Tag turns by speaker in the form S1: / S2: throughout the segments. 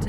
S1: to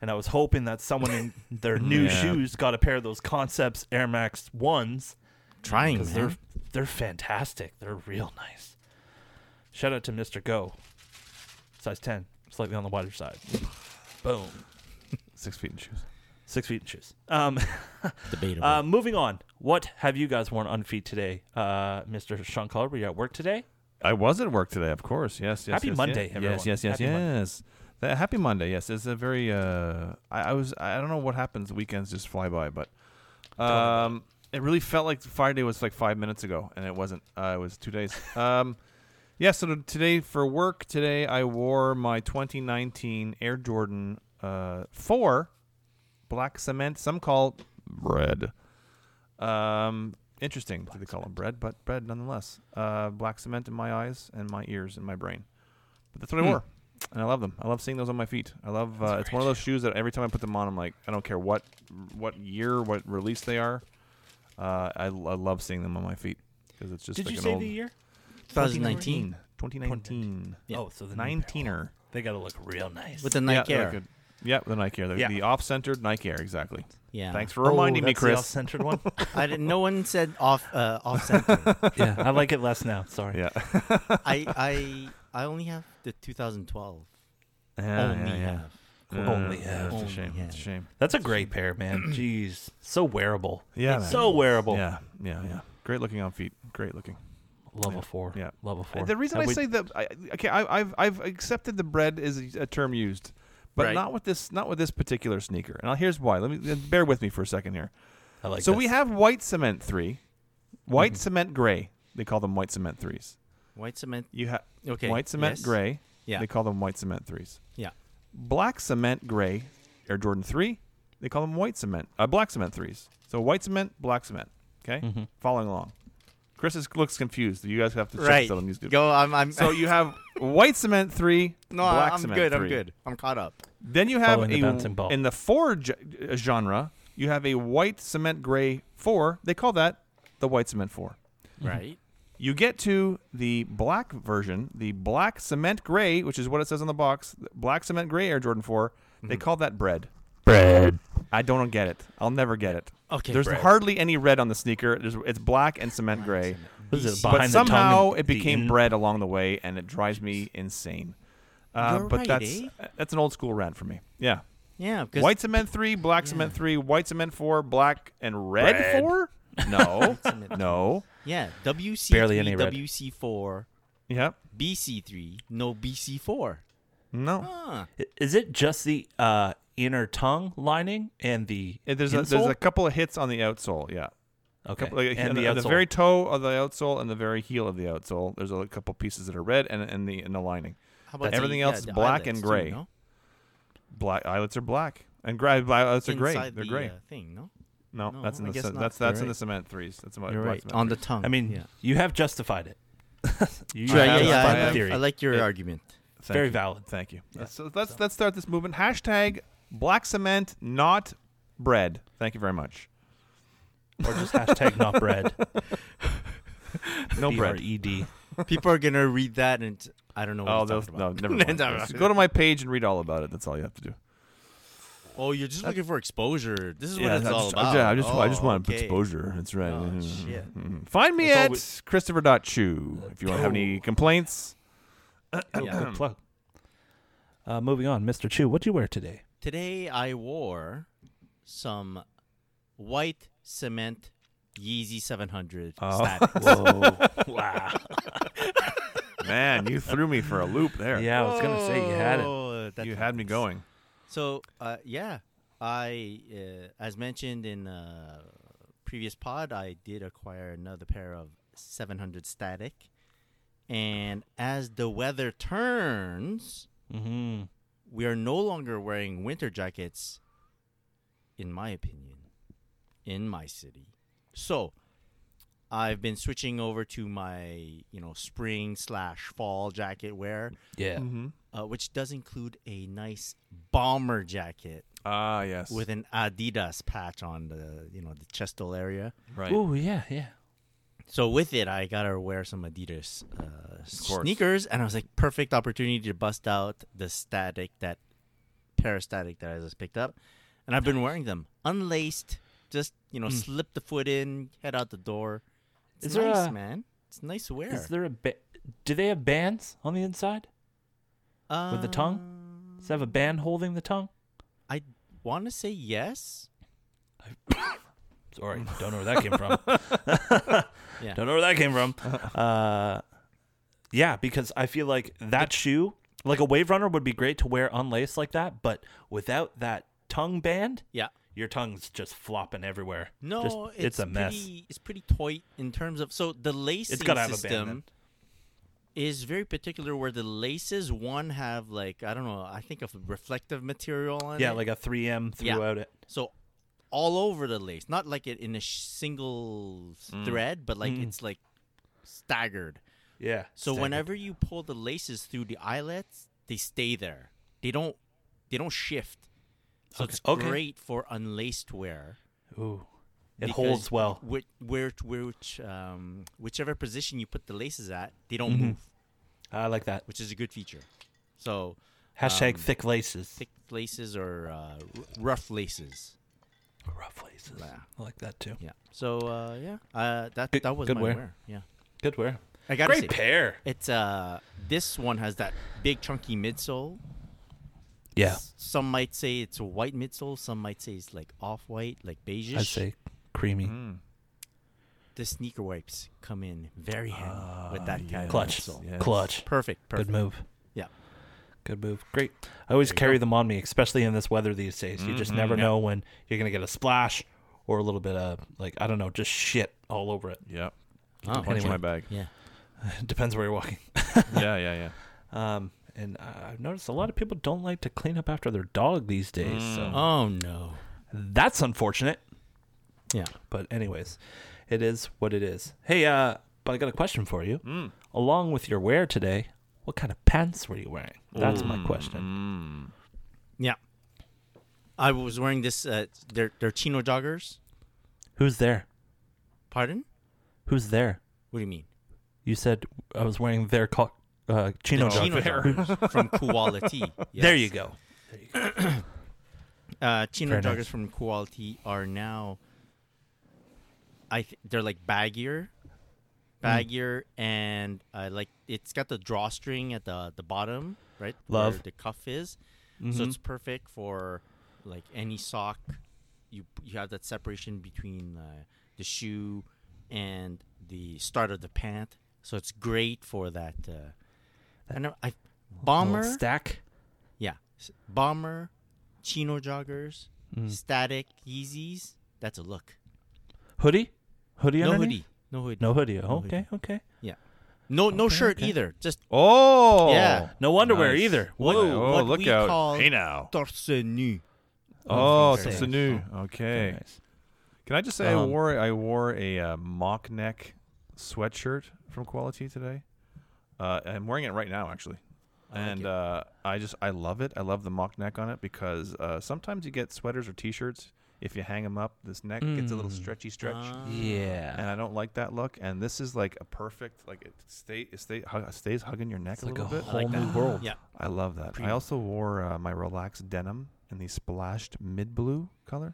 S2: and i was hoping that someone in their new
S3: Yeah.
S2: shoes got a pair of those concepts air max ones
S4: Trying, man.
S2: they're they're fantastic. They're real nice. Shout out to Mr. Go. Size ten, slightly on the wider side. Boom.
S3: Six feet in shoes.
S2: Six feet in shoes. Um,
S4: debatable.
S2: uh, moving on. What have you guys worn on feet today, uh, Mr. Sean Collar? Were you at work today?
S3: I was at work today, of course. Yes, yes.
S2: Happy
S3: yes,
S2: Monday,
S3: yes.
S2: everyone.
S3: Yes, yes, yes,
S2: Happy Monday.
S3: yes. That happy Monday. Yes, it's a very. Uh, I, I was. I don't know what happens. Weekends just fly by, but um, it really felt like Friday was like five minutes ago, and it wasn't. Uh, it was two days. um, yeah. So t- today for work today, I wore my 2019 Air Jordan uh, four, black cement. Some call red. Um, interesting that they call them bread, but bread nonetheless. Uh, black cement in my eyes and my ears and my brain. But that's what I wore, and I love them. I love seeing those on my feet. I love. Uh, it's one of those shoes that every time I put them on, I'm like, I don't care what what year, what release they are. Uh, I, I love seeing them on my feet because it's just.
S2: Did
S3: like
S2: you
S3: an
S2: say
S3: old
S2: the year?
S4: 2019
S3: 2019.
S4: Yeah.
S2: Oh, so the nineteen.
S3: 19er.
S2: They gotta look real nice.
S4: with the Nike
S3: yeah,
S4: Air.
S3: like a- yeah, the Nike Air. The,
S2: Yeah.
S3: the off-centered Nike Air, exactly.
S4: yeah.
S3: Thanks for
S2: Oh,
S3: reminding me,
S2: that's the
S3: Chris.
S2: off-centered one.
S4: I didn't. No one said off uh, off center.
S2: yeah, I like it less now. Sorry.
S3: Yeah.
S4: I I I only have the 2012.
S3: Ah,
S4: only have.
S2: Only have.
S3: It's a
S4: Only
S3: shame.
S4: have.
S3: It's a shame.
S2: That's a great pair, man. Jeez, so wearable.
S3: Yeah,
S2: It's
S3: man.
S2: so wearable.
S3: Yeah, yeah, yeah. Great looking on feet. Great looking.
S2: Level four.
S3: Yeah.
S2: Level four.
S3: Uh, The reason
S2: And
S3: I
S2: we-
S3: say that, I, okay, I, I've I've accepted the bread is a term used, but
S4: Right.
S3: not with this not with this particular sneaker. And I'll- here's why. Let me uh, bear with me for a second here.
S2: I like
S3: so we
S2: this.
S3: have white cement three, white cement gray. They call them white cement threes.
S4: White cement.
S3: You have
S4: Okay.
S3: white cement
S4: yes.
S3: gray.
S4: Yeah.
S3: They call them white cement threes.
S4: Yeah.
S3: Black cement gray Air Jordan three. They call them white cement. Uh, black cement threes. So white cement, black cement. Okay.
S2: Mm-hmm.
S3: Following along. Chris is, looks confused. You guys have to check
S4: Right.
S3: that on YouTube.
S4: Go. I'm. I'm
S3: So you have white cement three,
S4: no.
S3: black
S4: I'm
S3: cement
S4: good.
S3: three.
S4: I'm good. I'm caught up.
S3: Then you have
S2: Following the
S3: a
S2: bouncing ball.
S3: in the four ge- uh, genre. You have a white cement gray four. They call that the white cement four.
S4: Right.
S3: You get to the black version, the black cement gray, which is what it says on the box, the black cement gray Air Jordan 4. They
S4: Mm-hmm.
S3: call that bread. Bread. I don't get it. I'll never get it.
S4: Okay,
S3: There's
S4: bread.
S3: hardly any red on the sneaker. There's, it's black and cement gray.
S2: What is it,
S3: but
S2: behind the tongue
S3: somehow
S2: and
S3: it
S2: the
S3: became
S2: in-
S3: bread along the way, and it drives me insane. Uh,
S4: You're
S3: but
S4: right,
S3: that's
S4: eh?
S3: that's an old school rant for me. Yeah.
S4: Yeah. Because
S3: White cement three, black cement three, white cement four, black and red,
S2: Bread.
S3: four. No,
S4: cement.
S3: no.
S4: Yeah. WC.
S2: Barely any red.
S4: WC four.
S3: Yep.
S4: BC three. No BC four. Ah,
S3: No.
S4: Huh.
S2: I- Is it just the uh, inner tongue lining and the
S3: Yeah, there's a, there's
S2: insole?
S3: a couple of hits on the outsole. Yeah,
S2: okay.
S3: Couple- like,
S2: and
S3: on
S2: the,
S3: the, on the
S2: outsole.
S3: very toe of the outsole and the very heel of the outsole. There's a couple pieces that are red and and the and the lining.
S4: How about
S3: Everything
S4: the-
S3: else
S4: yeah,
S3: is
S4: the
S3: black and
S4: eyelets too,
S3: gray.
S4: no?
S3: Black eyelets are black and gray. Black eyelets are gray.
S4: Inside
S3: They're
S4: the,
S3: gray.
S4: uh, thing. No.
S3: no,
S4: no,
S3: that's in
S4: I
S3: the
S4: guess
S3: ce-
S4: not.
S3: that's that's
S4: You're
S3: in the
S4: right.
S3: cement threes. That's about
S4: You're
S3: black
S4: right.
S3: cement
S4: On the
S3: threes.
S4: tongue.
S2: I mean,
S4: Yeah.
S2: you have justified it. you
S3: I
S4: Right, yeah,
S2: have
S3: have
S4: yeah,
S3: fun
S2: justified
S4: I,
S2: the
S3: with
S4: know.
S2: theory.
S4: I like your
S3: It-
S4: argument.
S3: Thank
S2: very
S3: you.
S2: valid.
S3: Thank you. Let's- So let's let's start this movement. Hashtag black cement, not bread. Thank you very much.
S2: Or just hashtag not bread. E
S3: No bread.
S2: B-R-E-D.
S4: People are gonna read that, and I don't know what
S3: Oh,
S4: he's
S3: they'll-
S4: talking
S3: no,
S4: about.
S3: never mind. Just go to my page and read all about it. That's all you have to do.
S4: Oh, you're just looking for exposure. This is
S3: Yeah,
S4: what it's
S3: I
S4: all
S3: just,
S4: about.
S3: Yeah, I just, I just
S4: Oh,
S3: want
S4: okay.
S3: exposure. That's right.
S4: Oh,
S3: Mhm.
S4: shit.
S3: Mhm. Find me
S2: That's all
S3: at christopher.chu if you want to have any complaints. Hmm.
S4: Yeah.
S2: Plug. Uh, moving on, Mr. Chu, what'd you wear today?
S4: Today I wore some white cement Yeezy 700
S3: Oh.
S4: statics.
S2: Whoa. wow.
S3: Man, you threw me for a loop there.
S2: Yeah, I was going to say you had it.
S4: Oh, that
S3: You had me
S4: happens.
S3: going.
S4: So uh, yeah, I uh, as mentioned in uh, previous pod, I did acquire another pair of 700 static, and as the weather turns,
S2: Mm-hmm.
S4: we are no longer wearing winter jackets. In my opinion, in my city, so I've been switching over to my you know spring slash fall jacket wear,
S2: Yeah.
S3: Mm. Mm-hmm.
S4: uh, which does include a nice bomber jacket
S3: Ah, yes.
S4: with an Adidas patch on the you know the chestal area.
S3: right.
S2: Oh, yeah, yeah.
S4: So with it, I gotta wear some Adidas uh,
S3: course.
S4: sneakers, and I was like, perfect opportunity to bust out the static that parastatic that I just picked up, and I've been wearing them unlaced, just you know,
S2: Hmm.
S4: slip the foot in, head out the door.
S2: Is
S4: It's
S2: there
S4: nice,
S2: a-
S4: man. It's nice to wear.
S2: Is there a ba- Do they have bands on the inside?
S4: uh,
S2: with the tongue? Does it have a band holding the tongue?
S4: I want to say yes.
S2: Sorry,
S4: Mm.
S2: don't know where that came from.
S4: Yeah.
S2: Don't know where that came from.
S4: Uh-huh.
S2: Uh, yeah, because I feel like that shoe, like a Wave Runner, would be great to wear unlaced like that, but without that tongue band,
S4: Yeah.
S2: your tongue's just flopping everywhere.
S4: No,
S2: Just-
S4: it's,
S2: a mess.
S4: Pretty, it's pretty tight in terms of so the lacing
S2: it's gotta have a
S4: system
S2: band. Then.
S4: is very particular where the laces one have like I don't know I think of reflective material on
S2: Yeah,
S4: it.
S2: like a 3M
S4: Yeah.
S2: throughout it.
S4: so all over the lace, not like it in a sh- single
S2: Mm.
S4: thread, but like it's like staggered.
S2: Yeah.
S4: So
S2: staggered.
S4: whenever you pull the laces through the eyelets, they stay there. They don't they don't shift. So it's
S2: Okay.
S4: great for unlaced wear.
S2: Ooh. It
S4: because
S2: holds well.
S4: Which, where, where, which, um, whichever position you put the laces at, they don't
S2: Mm-hmm.
S4: move,
S2: I like that.
S4: which is a good feature. So
S2: Hashtag
S4: um,
S2: thick laces.
S4: thick laces or uh, r- rough laces.
S2: Rough laces.
S4: Yeah.
S2: I like that too.
S4: Yeah. So uh, yeah, uh, that
S2: Good-
S4: that was
S2: good
S4: my
S2: wear.
S4: wear. Yeah.
S2: Good wear.
S4: I gotta
S2: Great
S4: say,
S2: pair.
S4: it's uh, this one has that big chunky midsole.
S2: Yeah.
S4: S- Some might say it's a white midsole. Some might say it's like off white, like beigeish.
S2: I'd say creamy.
S4: the sneaker wipes come in very handy with that kind of
S2: Ah, Clutch.
S4: sole.
S3: yes.
S2: Clutch.
S4: Perfect, perfect.
S2: Good move.
S4: Yeah.
S2: Good move. Great. I always carry them on me, especially in this weather these days. You
S4: Mm-hmm,
S2: just never know when you're going to get a splash or a little bit of, like, I don't know, just shit all over it.
S3: Yep.
S4: Oh,
S3: Punch
S2: Anyway.
S3: my bag.
S4: yeah.
S2: Depends where you're walking.
S3: yeah, yeah, yeah.
S2: Um, and I- I've noticed a lot of people don't like to clean up after their dog these days. So
S4: Oh no.
S2: that's unfortunate.
S4: Yeah.
S2: But anyways, it is what it is. Hey, uh, but I got a question for you.
S4: Mm.
S2: Along with your wear today, what kind of pants were you wearing? That's
S4: Mm.
S2: my question.
S4: Yeah. I was wearing this. Uh, they're they're chino joggers.
S2: Who's there?
S4: Pardon?
S2: Who's there?
S4: What do you mean?
S2: You said I was wearing their co- uh, chino.
S4: The chino
S2: jacket.
S4: joggers from Quality.
S2: There you go.
S4: Uh, chino
S2: Very nice.
S4: joggers from Quality are now. I th- they're like baggier,
S2: Hmm.
S4: baggier, and uh, like it's got the drawstring at the the bottom, right? Where
S2: Love. Mm-hmm.
S4: the cuff is, so it's perfect for like any sock. You you have that separation between uh, the shoe and the start of the pant, so it's great for that. Uh, I know I bomber
S2: Little stack.
S4: yeah. S- Bomber, chino joggers,
S2: Hmm.
S4: static Yeezys. That's a look.
S2: Hoodie. Hoodie.
S4: No
S2: underneath?
S4: hoodie. No hoodie.
S2: No hoodie.
S4: No
S2: okay.
S4: hoodie.
S2: Okay.
S4: Yeah. No no
S2: Okay,
S4: shirt
S2: okay.
S4: either. Just
S3: Oh.
S4: Yeah.
S2: No underwear
S3: Nice.
S2: either.
S3: What-
S4: Whoa,
S3: oh,
S4: what
S3: look
S4: we
S3: out.
S4: call-
S3: hey now.
S4: torse nu.
S3: Oh,
S2: Okay.
S3: it's a new. Okay.
S2: Very nice.
S3: Can I just say I
S2: Um,
S3: wore I wore a uh, mock neck sweatshirt from Quality today. Uh, I'm wearing it right now actually, and
S4: it.
S3: uh, I just I love it. I love the mock neck on it because uh, sometimes you get sweaters or t-shirts if you hang them up, this neck gets a little stretchy stretch.
S2: Yeah.
S3: and I don't like that look. And this is like a perfect, like it stay, it stay, hug, stays hugging your neck a
S2: like
S3: little
S2: a
S3: bit.
S2: whole new world.
S4: Yeah.
S3: I love that. I also wore uh, my relaxed denim in the splashed mid blue color.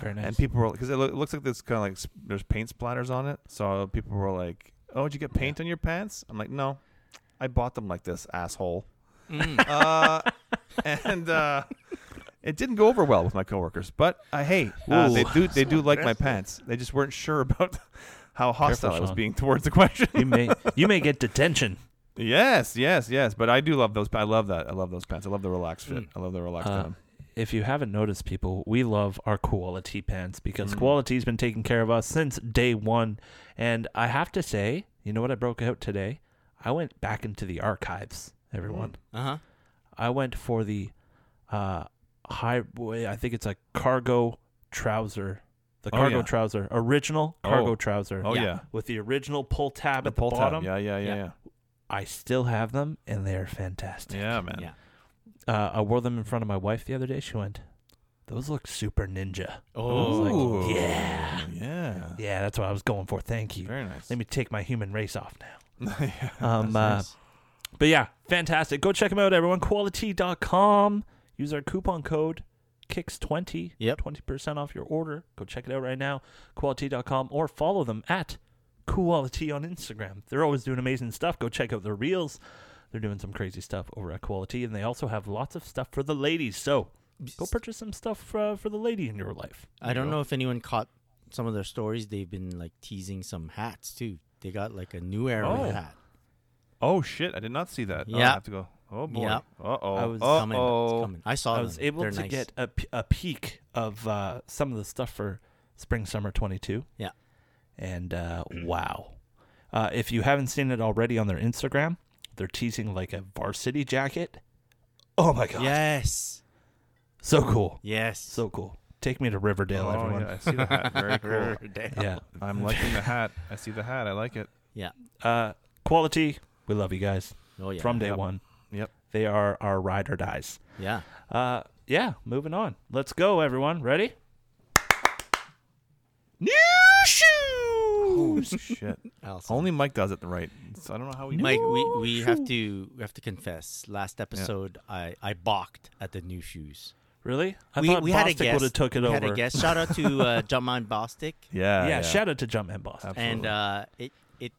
S2: Very nice.
S3: And people were because it, loo- it looks like this kind of like s- there's paint splatters on it. So people were like, "Oh, did you get paint on your pants?" I'm like, "No, I bought them like this, asshole."
S4: Mm.
S3: uh, and uh, it didn't go over well with my coworkers. But uh, hey, uh, they do they do like my pants. They just weren't sure about how hostile I was
S2: Sean.
S3: being towards the question.
S2: you may you may get detention.
S3: yes, yes, yes. But I do love those. I love that. I love those pants. I love the relaxed fit. I love the relaxed
S2: Uh,
S3: denim.
S2: if you haven't noticed, people, we love our quality pants because quality's been taking care of us since day one. And I have to say, you know what I broke out today? I went back into the archives, everyone.
S4: Uh huh.
S2: I went for the uh, high, I think it's a cargo trouser. The
S3: Oh,
S2: cargo
S3: yeah.
S2: trouser, original cargo trouser.
S3: Oh yeah,
S4: yeah.
S2: With the original pull tab
S3: the
S2: at the
S3: pull tab.
S2: bottom.
S3: Yeah, yeah, yeah, yeah.
S4: Yeah.
S2: I still have them and they are fantastic.
S3: Yeah, man.
S4: Yeah.
S2: Uh, I wore them in front of my wife the other day. She went, Those look super ninja.
S4: Oh.
S3: Ooh.
S2: Yeah.
S3: Yeah.
S2: Yeah, that's what I was going for. Thank you.
S3: Very nice.
S2: Let me take my human race off now.
S3: Yeah.
S2: Um, uh, But yeah, fantastic. Go check them out, everyone. Quality.com. Use our coupon code KICKS20.
S4: Yep.
S2: 20% off your order. Go check it out right now. Quality.com or follow them at Quality on Instagram. They're always doing amazing stuff. Go check out their reels. They're doing some crazy stuff over at Quality, and they also have lots of stuff for the ladies. So go purchase some stuff uh, for the lady in your life.
S4: I don't know if anyone caught some of their stories. They've been like teasing some hats too. They got like a new era
S3: Oh.
S4: hat.
S3: Oh shit! I did not see that. Oh, I
S4: Yeah.
S3: have to go. Oh boy.
S4: Yeah.
S3: Uh oh.
S2: I was
S3: Uh
S4: Coming, it's
S3: oh.
S4: coming. I saw
S2: I
S4: them.
S2: was able
S4: They're
S2: to
S4: nice.
S2: get a, p- a peek of uh, some of the stuff for spring summer 22
S4: Yeah.
S2: and uh, wow uh, if you haven't seen it already on their instagram they're teasing like a varsity jacket oh my god
S4: Yes.
S2: so cool
S4: Yes.
S2: so cool take me to riverdale
S3: Oh,
S2: everyone
S3: yeah, I see the hat. Very cool.
S2: yeah,
S3: I'm liking the hat. I see the hat. I like it.
S4: yeah.
S2: Uh, quality we love you guys
S4: Oh yeah.
S2: from day
S3: Yep.
S2: one
S3: Yep.
S2: they are our ride or dies
S4: yeah.
S2: uh, yeah moving on let's go everyone ready new
S3: Oh
S2: shoes
S3: shit.
S4: Allison.
S3: Only Mike does it right. So I don't know how he.
S4: Mike, we, we have to we have to confess. Last episode, I, I balked at the new shoes.
S2: Really? I
S4: we
S2: thought
S4: we
S2: Bostic
S4: had a guess.
S2: would have took it
S4: we
S2: over.
S4: Had a guess. Shout out to uh, Jaman Bostic,
S3: Uh, Yeah.
S2: Yeah, shout out to Jumpman Boss.
S3: Absolutely.
S4: and uh, it it.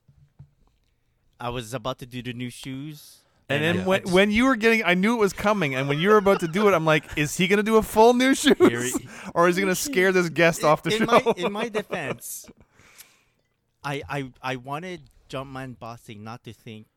S4: I was about to do the new shoes,
S3: And then
S4: I-
S3: when,
S4: I just-
S3: when you were getting, I knew it was coming. And when you were about to do it, I'm like, is he gonna do a full new shoes,
S4: he-
S3: or is he gonna scare this guest off the
S4: in
S3: show?
S4: my in my defense, I I I wanted Jumpman Bossing not to think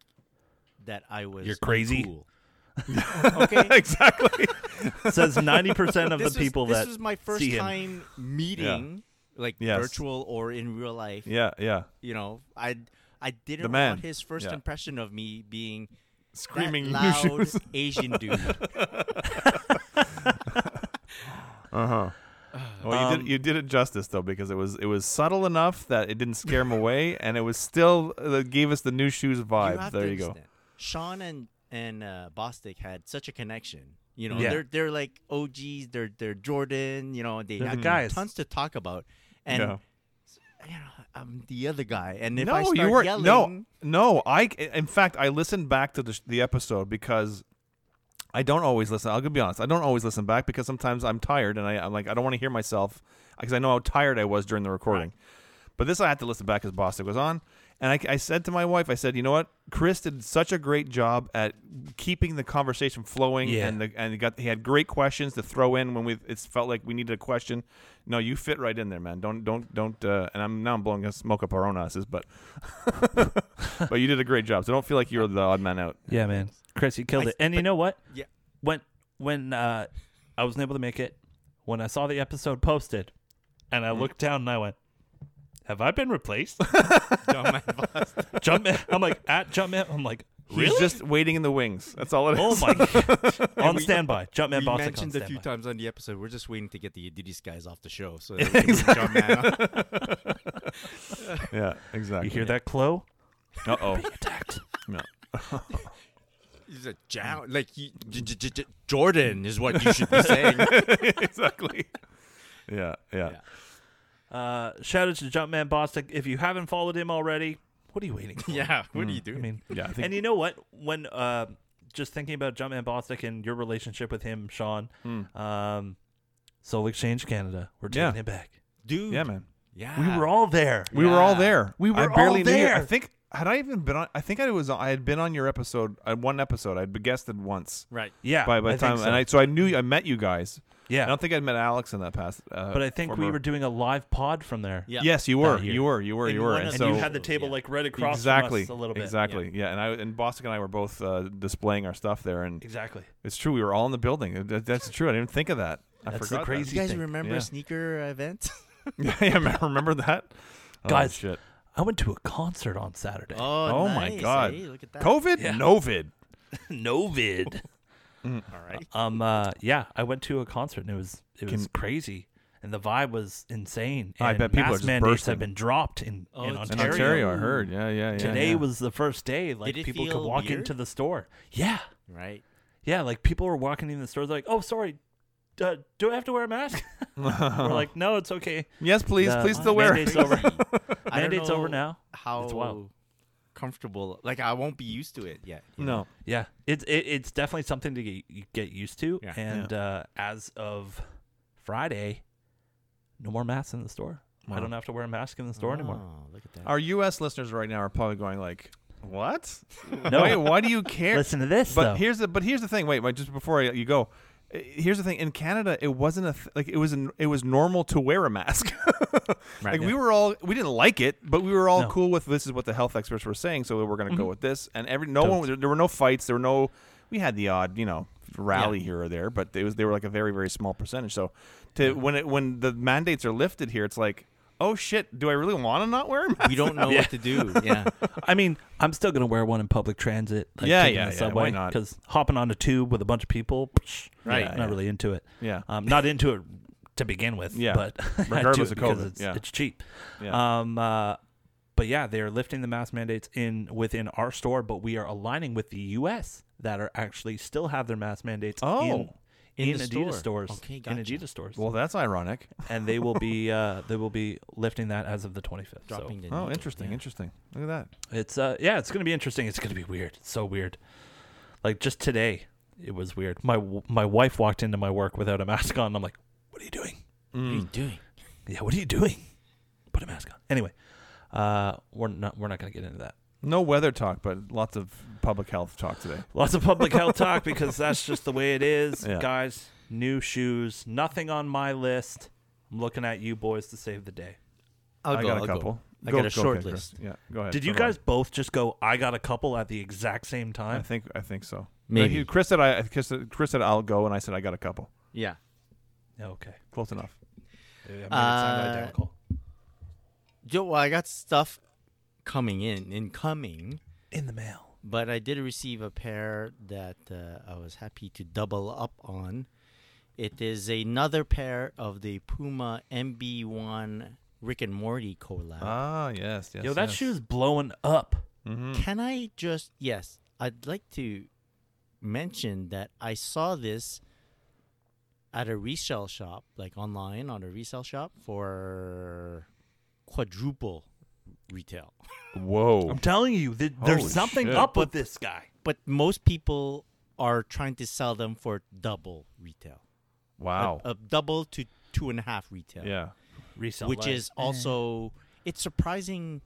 S4: that I was
S2: You're crazy.
S4: cool. okay.
S3: exactly.
S2: Says ninety percent of
S4: This
S2: the people
S4: was,
S2: that
S4: this was my first
S2: see him.
S4: time meeting like
S3: Yes.
S4: virtual or in real life.
S3: yeah, yeah.
S4: You know, I I didn't
S3: man.
S4: want his first
S3: Yeah.
S4: impression of me being that
S3: Screaming
S4: loud Asian dude.
S3: Uh huh. Well, you
S4: Um,
S3: did you did it justice though because it was it was subtle enough that it didn't scare him away, and it was still that gave us the new shoes vibe.
S4: have
S3: there
S4: to
S3: you go.
S4: understand. Sean and and uh, Bostic had such a connection. You know,
S2: Yeah.
S4: they're they're like OGs. They're they're Jordan. You know, they
S2: They're the
S4: had
S2: guys.
S4: tons to talk about. And
S3: Mm-hmm. Yeah.
S4: you know, I'm the other guy. And if
S3: no,
S4: I start
S3: you were
S4: yelling,
S3: no, no. I in fact I listened back to the, sh- the episode because I don't always listen. I'll be honest. I don't always listen back because sometimes I'm tired and I, I'm like I don't want to hear myself because I know how tired I was during the recording. But this I had to listen back as Bostic was on, and I, I said to my wife, I said, you know what, Chris did such a great job at keeping the conversation flowing,
S2: Yeah.
S3: and the, and he got he had great questions to throw in when we it felt like we needed a question. No, you fit right in there, man. Don't don't don't. Uh, and I'm now I'm blowing a smoke up our own asses, but but you did a great job. So don't feel like you're the odd man out.
S2: Yeah, man. Chris, you killed
S4: I-
S2: it. And you
S4: but-
S2: know what?
S4: Yeah.
S2: When when uh, I wasn't able to make it, when I saw the episode posted, and
S4: Mm-hmm.
S2: I looked down and I went, "Have I been replaced?"
S4: Jumpman Bostic.
S2: Jumpman. I'm like at Jumpman. I'm like, really?
S3: He's just waiting in the wings. That's all it is.
S2: oh my! God. on
S4: we-
S2: standby. Jumpman
S4: we
S2: Bostic on
S4: mentioned a few
S2: standby.
S4: times on the episode. We're just waiting to get the Adidas guys off the show. So that we can get Jumpman on.
S3: Yeah, exactly.
S2: You hear that, Chloe?
S3: Uh oh. No.
S4: he's a Jow- like you, J- J- J- Jordan is what you should be saying.
S3: exactly. Yeah, yeah.
S4: Yeah.
S2: Uh, shout out to Jumpman Bostic. If you haven't followed him already, what are you waiting for?
S4: yeah, what are you
S2: Hmm. I
S4: doing?
S2: mean,
S3: Yeah, I think-
S2: and you know what? When uh, just thinking about Jumpman Bostic and your relationship with him, Sean, um, Soul Exchange Canada, we're taking
S3: Hmm. Yeah.
S2: it back.
S4: dude.
S3: Yeah, man.
S4: Yeah.
S2: We were all there.
S3: We were all
S4: Yeah.
S3: there. We
S2: were
S3: I barely
S2: all
S3: knew you.
S2: there.
S3: I think had I even been on? I think I was. I had been on your episode. Uh, one episode. I'd been guested once.
S4: right.
S2: yeah,
S3: By by
S2: I
S3: the
S2: think
S3: time
S2: so.
S3: and I so I knew you- I met you guys. I
S2: yeah,
S3: don't think I'd met Alex in that past. Uh,
S2: but I think we
S3: former-
S2: were doing a live pod from there.
S4: Yeah.
S3: Yes, you were.
S2: That year.
S3: You were. You were.
S4: And
S3: you were.
S4: one
S3: And
S4: of
S2: and
S3: so
S2: you had the table
S4: Yeah.
S2: like right across
S3: exactly
S2: from us a little bit.
S3: exactly. Yeah. And I and Bostic and I were both uh, displaying our stuff there. And
S2: exactly.
S3: it's true. We were all in the building. That- that's true. I didn't even think of that. I
S2: That's the
S3: forgot. that.
S2: crazy-
S4: Do you guys
S2: think-
S4: remember
S3: yeah.
S4: a sneaker event?
S3: yeah, yeah. man, Remember that, Oh,
S2: Guys,
S3: shit.
S2: I went to a concert on Saturday.
S3: Oh my
S4: nice,
S3: god.
S4: eh? Look at that.
S3: COVID.
S2: Yeah.
S3: Novid.
S2: Novid.
S4: All right.
S2: Um. Uh. Yeah. I went to a concert and it was it was
S3: Can-
S2: crazy, and the vibe was insane.
S3: I
S2: and
S3: bet people are
S2: mask
S3: just
S2: mandates
S3: bursting.
S2: have been dropped in,
S4: Oh,
S2: in
S4: it's
S3: In
S2: Ontario.
S3: Ontario. I heard. Yeah, yeah, yeah.
S2: Today
S3: yeah.
S2: was the first day. Like
S4: Did it
S2: people could
S4: feel
S2: walk
S4: weird?
S2: into the store. Yeah.
S4: Right.
S2: Yeah. Like people were walking in the store. They're like, "Oh, sorry. Uh, do I have to wear a mask?" we're like, "No, it's okay.
S3: Yes, please,
S2: The
S3: please still wear.
S2: mandate's
S3: it.
S2: over.
S4: Crazy. I don't
S2: Mandate's over
S4: know
S2: now.
S4: How
S2: It's wild.
S4: comfortable? Like I won't be used to it yet. you know?
S3: No,
S2: Yeah, it's it, it's definitely something to get, get used to.
S4: Yeah.
S2: And Uh, as of Friday, no more masks in the store. I
S3: Wow.
S2: don't have to wear a mask in the store anymore.
S4: Oh, look at that.
S3: our U.S. listeners right now are probably going like, "What?
S2: No.
S3: Wait, why do you care?"
S2: Listen to this
S3: but
S2: though.
S3: here's the but here's the thing. Wait, wait, just before I, you go, Uh, here's the thing. In Canada, it wasn't a th- like it was an, it was normal to wear a mask. like we were all we didn't like it, but we were all
S2: No. Mm-hmm.
S3: cool with this is what the health experts were saying, so we're going to go with this. And every no one there, there were no fights. There were no. We had the odd you know rally here or there, but it was they were like a very very small percentage. So to when it when the mandates are lifted here, it's like. Oh shit! Do I really want to not wear a mask?
S4: we don't know
S2: Yeah.
S4: what to do. Yeah.
S2: I mean, I'm still gonna wear one in public transit. Like
S3: Yeah,
S2: taking
S3: yeah,
S2: the
S3: yeah,
S2: subway,
S3: why not?
S2: Because hopping on a tube with a bunch of people, psh,
S3: Right,
S2: Not
S3: yeah.
S2: really into it.
S3: Yeah.
S2: I'm not into it to begin with.
S3: Yeah,
S2: But I do
S3: regardless
S2: it
S3: of COVID,
S2: because it's,
S3: yeah.
S2: it's cheap.
S3: Yeah.
S2: Um. Uh, but yeah, they are lifting the mask mandates in within our store, but we are aligning with the U.S. that are actually still have their mask mandates
S3: Oh.
S2: in, in,
S4: In the
S2: Adidas
S4: store.
S2: stores,
S4: Okay,
S2: in
S4: gotcha.
S2: Adidas stores,
S3: Well, that's ironic.
S2: and they will be uh, they will be lifting that as of the 25th. So
S4: Dropping the
S3: Oh,
S4: needle,
S3: interesting,
S4: yeah.
S3: interesting. Look at that.
S2: it's uh yeah, it's gonna be interesting. It's gonna be weird. It's so weird. Like just today, it was weird. My w- my wife walked into my work without a mask on. And I'm like, what are you doing?
S4: What are
S2: hmm.
S4: you doing?
S2: Yeah, what are you doing? Put a mask on. Anyway, uh, we're not we're not gonna get into that.
S3: No weather talk, but lots of public health talk today.
S2: Lots of public health talk because that's just the way it is,
S3: Yeah.
S2: guys. New shoes, nothing on my list. I'm looking at you boys to save the day.
S4: I'll
S3: I
S4: go,
S3: got a
S4: I'll go.
S3: couple.
S4: I got a short
S3: Kicker.
S4: list.
S3: Yeah, go ahead.
S2: Did you
S3: go ahead.
S2: guys both just go? I got a couple at the exact same
S3: I
S2: time.
S3: think I think so.
S4: Maybe.
S3: He- Chris said I Chris said, Chris said I'll go, and I said I got a couple.
S4: Yeah.
S2: Okay.
S3: Close enough.
S2: I mean, it sounded
S4: Uh,
S2: identical.
S4: Yo, well, I got stuff coming in, incoming,
S2: In the mail.
S4: but I did receive a pair that uh, I was happy to double up on. It is another pair of the Puma MB1 Rick and Morty collab.
S3: Ah, yes, yes.
S2: Yo, that
S3: yes.
S2: shoe's blowing up.
S3: Mhm.
S4: Can I just yes, I'd like to mention that I saw this at a resale shop, like online on a resale shop for quadruple retail.
S3: Whoa.
S2: I'm telling you, th-
S3: Holy
S2: there's something
S3: shit.
S2: up with this guy.
S4: But most people are trying to sell them for double retail. A-
S3: Wow.
S4: A, double to two and a half retail.
S3: yeah.
S2: Resell
S4: Which
S2: life.
S4: is also it's surprising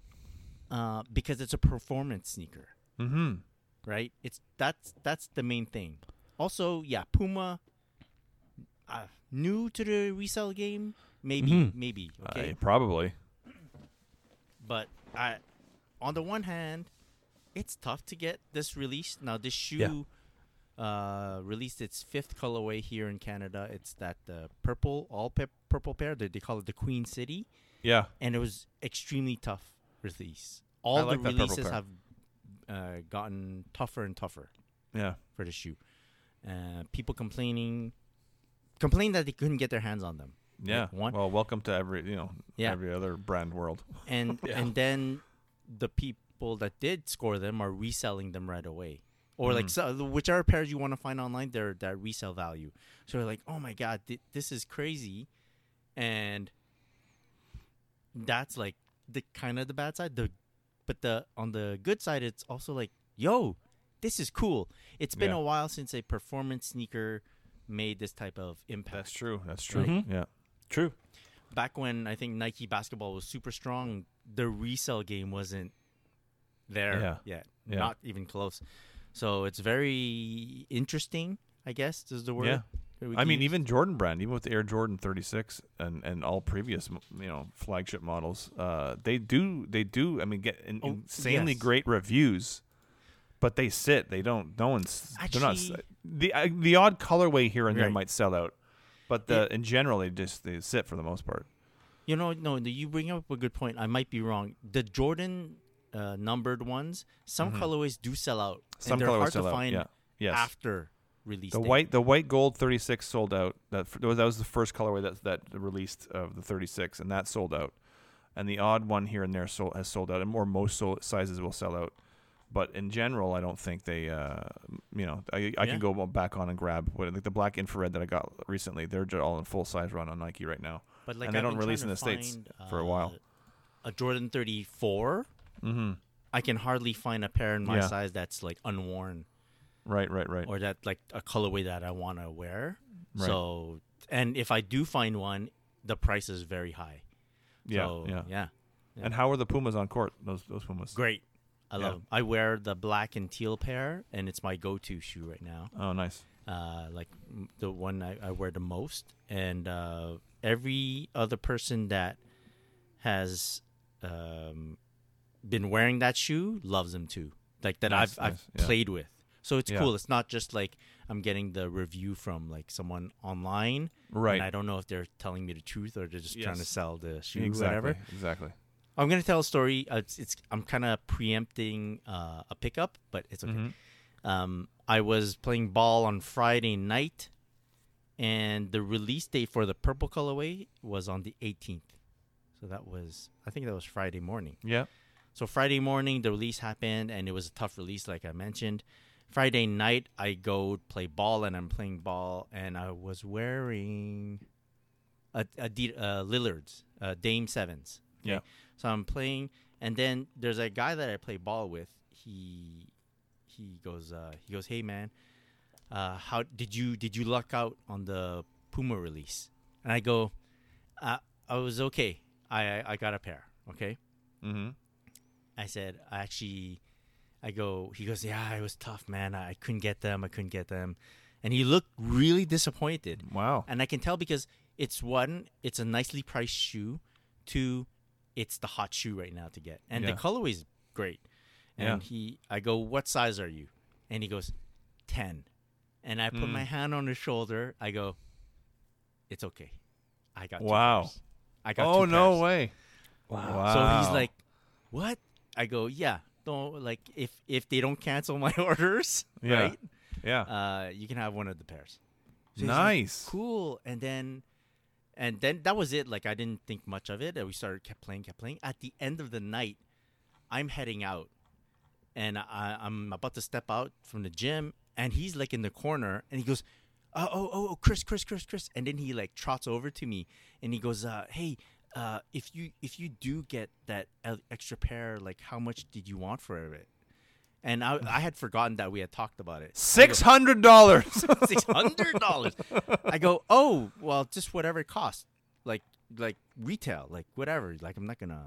S4: uh, because it's a performance sneaker.
S3: Mm-hmm.
S4: right? It's that's that's the main thing. Also, yeah, Puma, uh, new to the resale game, maybe,
S3: Mm-hmm.
S2: Mhm.
S4: maybe, okay.
S3: Uh, probably.
S4: but I, on the one hand, it's tough to get this release. Now this shoe, uh, released its fifth colorway here in Canada. It's that uh, purple, all pe- purple pair. They, they call it the Queen City,
S3: Yeah.
S4: and it was extremely tough release. All
S3: like that
S4: the
S3: purple
S4: releases
S3: pair.
S4: have uh, gotten tougher and tougher.
S3: Yeah.
S4: for the shoe. Uh, people complaining, complained that they couldn't get their hands on them.
S3: Yeah.
S4: one-
S3: Well, welcome to every you know
S4: Yeah.
S3: every other brand world.
S4: And
S2: Yeah.
S4: and then the people that did score them are reselling them right away. Or like
S3: Mhm.
S4: so, whichever pairs you want to find online, they're that resale value. So they're like, oh my god, thi- this is crazy, and that's like the kind of the bad side. The but the on the good side, it's also like, yo, this is cool. It's been
S3: Yeah.
S4: a while since a performance sneaker made this type of impact.
S3: That's true. That's
S2: true.
S4: Mm-hmm.
S2: Mhm.
S3: Yeah.
S2: true.
S4: back when I think Nike basketball was super strong, the resale game wasn't there
S3: Yeah.
S4: yet,
S3: Yeah.
S4: not even close. So it's very interesting, I guess, is the word.
S3: Yeah.
S4: that we
S3: I
S4: can
S3: mean,
S4: use.
S3: even Jordan brand, even with the Air Jordan 36 and and all previous m- you know flagship models, uh, they do they do. I mean, get in,
S4: Oh,
S3: insanely
S4: yes.
S3: great reviews, but they sit. They don't. No one's. they're not. s-
S4: Actually-
S3: The uh, the odd colorway here and there
S4: Right.
S3: might sell out, but the in general they just they sit for the most part.
S4: you know, no, no, you bring up a good point. I might be wrong. The Jordan uh, numbered ones, some colorways do sell out. and
S3: Mm-hmm. Some
S4: they're
S3: colorways
S4: hard
S3: sell
S4: to
S3: out,
S4: find
S3: yeah. Yes.
S4: after release.
S3: The
S4: date.
S3: white the white gold 36 sold out. That f- that was, that was the first colorway that that released of the 36, and that sold out. And the odd one here and there sold, has sold out, and more most sold, sizes will sell out. But in general, I don't think they, uh, you know, I, I
S4: Yeah.
S3: can go back on and grab what like the black infrared that I got recently. They're ju- all in full size run on Nike right now.
S4: but like
S3: and they
S4: I've
S3: don't
S4: been
S3: release
S4: trying
S3: in the
S4: to
S3: States
S4: find,
S3: for a while.
S4: uh, A Jordan 34,
S3: Mm-hmm.
S4: I can hardly find a pair in my
S3: Yeah.
S4: size that's like unworn.
S3: Right, right, right.
S4: or that like a colorway that I want to wear.
S3: Right.
S4: So, and if I do find one, the price is very high.
S3: yeah,
S4: So,
S3: yeah,
S4: yeah,
S3: And how are the Pumas on court? Those those Pumas.
S4: great. I love.
S3: Yeah.
S4: 'em. I wear the black and teal pair, and it's my go-to shoe right now.
S3: Oh, nice.
S4: Uh, like m- the one I, I wear the most, and uh, every other person that has um, been wearing that shoe loves them too. Like that,
S3: Nice,
S4: I've I've
S3: nice, yeah.
S4: played with. So it's
S3: Yeah.
S4: cool. It's not just like I'm getting the review from like someone online.
S3: Right.
S4: And I don't know if they're telling me the truth or they're just trying to
S3: Yes.
S4: sell the shoe,
S3: exactly.
S4: whatever.
S3: Exactly.
S4: I'm gonna tell a story. Uh, it's, it's I'm kind of preempting uh, a pickup, but it's okay. Um, I was playing ball on Friday night, and the release date for the purple colorway was on the 18th. So that was I think that was Friday morning.
S3: Yeah.
S4: So Friday morning the release happened, and it was a tough release, like I mentioned. Friday night I go play ball, and I'm playing ball, and I was wearing a, a D, uh, Lillard's uh, Dame Sevens.
S3: Yeah.
S4: So I'm playing, and then there's a guy that I play ball with. He he goes uh, he goes, hey man, uh, how did you did you luck out on the Puma release? And I go, uh, I was okay. I I- I got a pair. Okay.
S3: Mm-hmm.
S4: I said, I actually, I go, he goes, yeah, it was tough, man. I, I couldn't get them. I couldn't get them. And he looked really disappointed.
S3: Wow.
S4: And I can tell because it's one, it's a nicely priced shoe. Two, it's the hot shoe right now to get. And
S3: Yeah.
S4: the colorway is great. And
S3: Yeah.
S4: he, I go, what size are you? And he goes, 10. And I put my
S3: Hmm.
S4: hand on his shoulder. I go, it's okay. I got two
S3: Wow.
S4: pairs. I got
S3: Oh
S4: two
S3: no
S4: pairs."
S3: way!
S4: So he's like, what? I go, yeah. Don't like if if they don't cancel my orders,
S3: Yeah.
S4: right?
S3: yeah,
S4: Uh, you can have one of the pairs. So he's like,
S3: nice.
S4: cool. And then, and then that was it. Like I didn't think much of it. And we started kept playing, kept playing. At the end of the night, I'm heading out, and I, I'm about to step out from the gym, and he's like in the corner, and he goes, "Oh, oh, oh, oh, Chris, Chris, Chris, Chris," and then he like trots over to me, and he goes, uh, "Hey." Uh, if you if you do get that el- extra pair, like how much did you want for it? And I, I had forgotten that we had talked about it.
S3: Six hundred dollars.
S4: six hundred dollars. I go, oh well, just whatever it costs, like like retail, like whatever. Like I'm not gonna,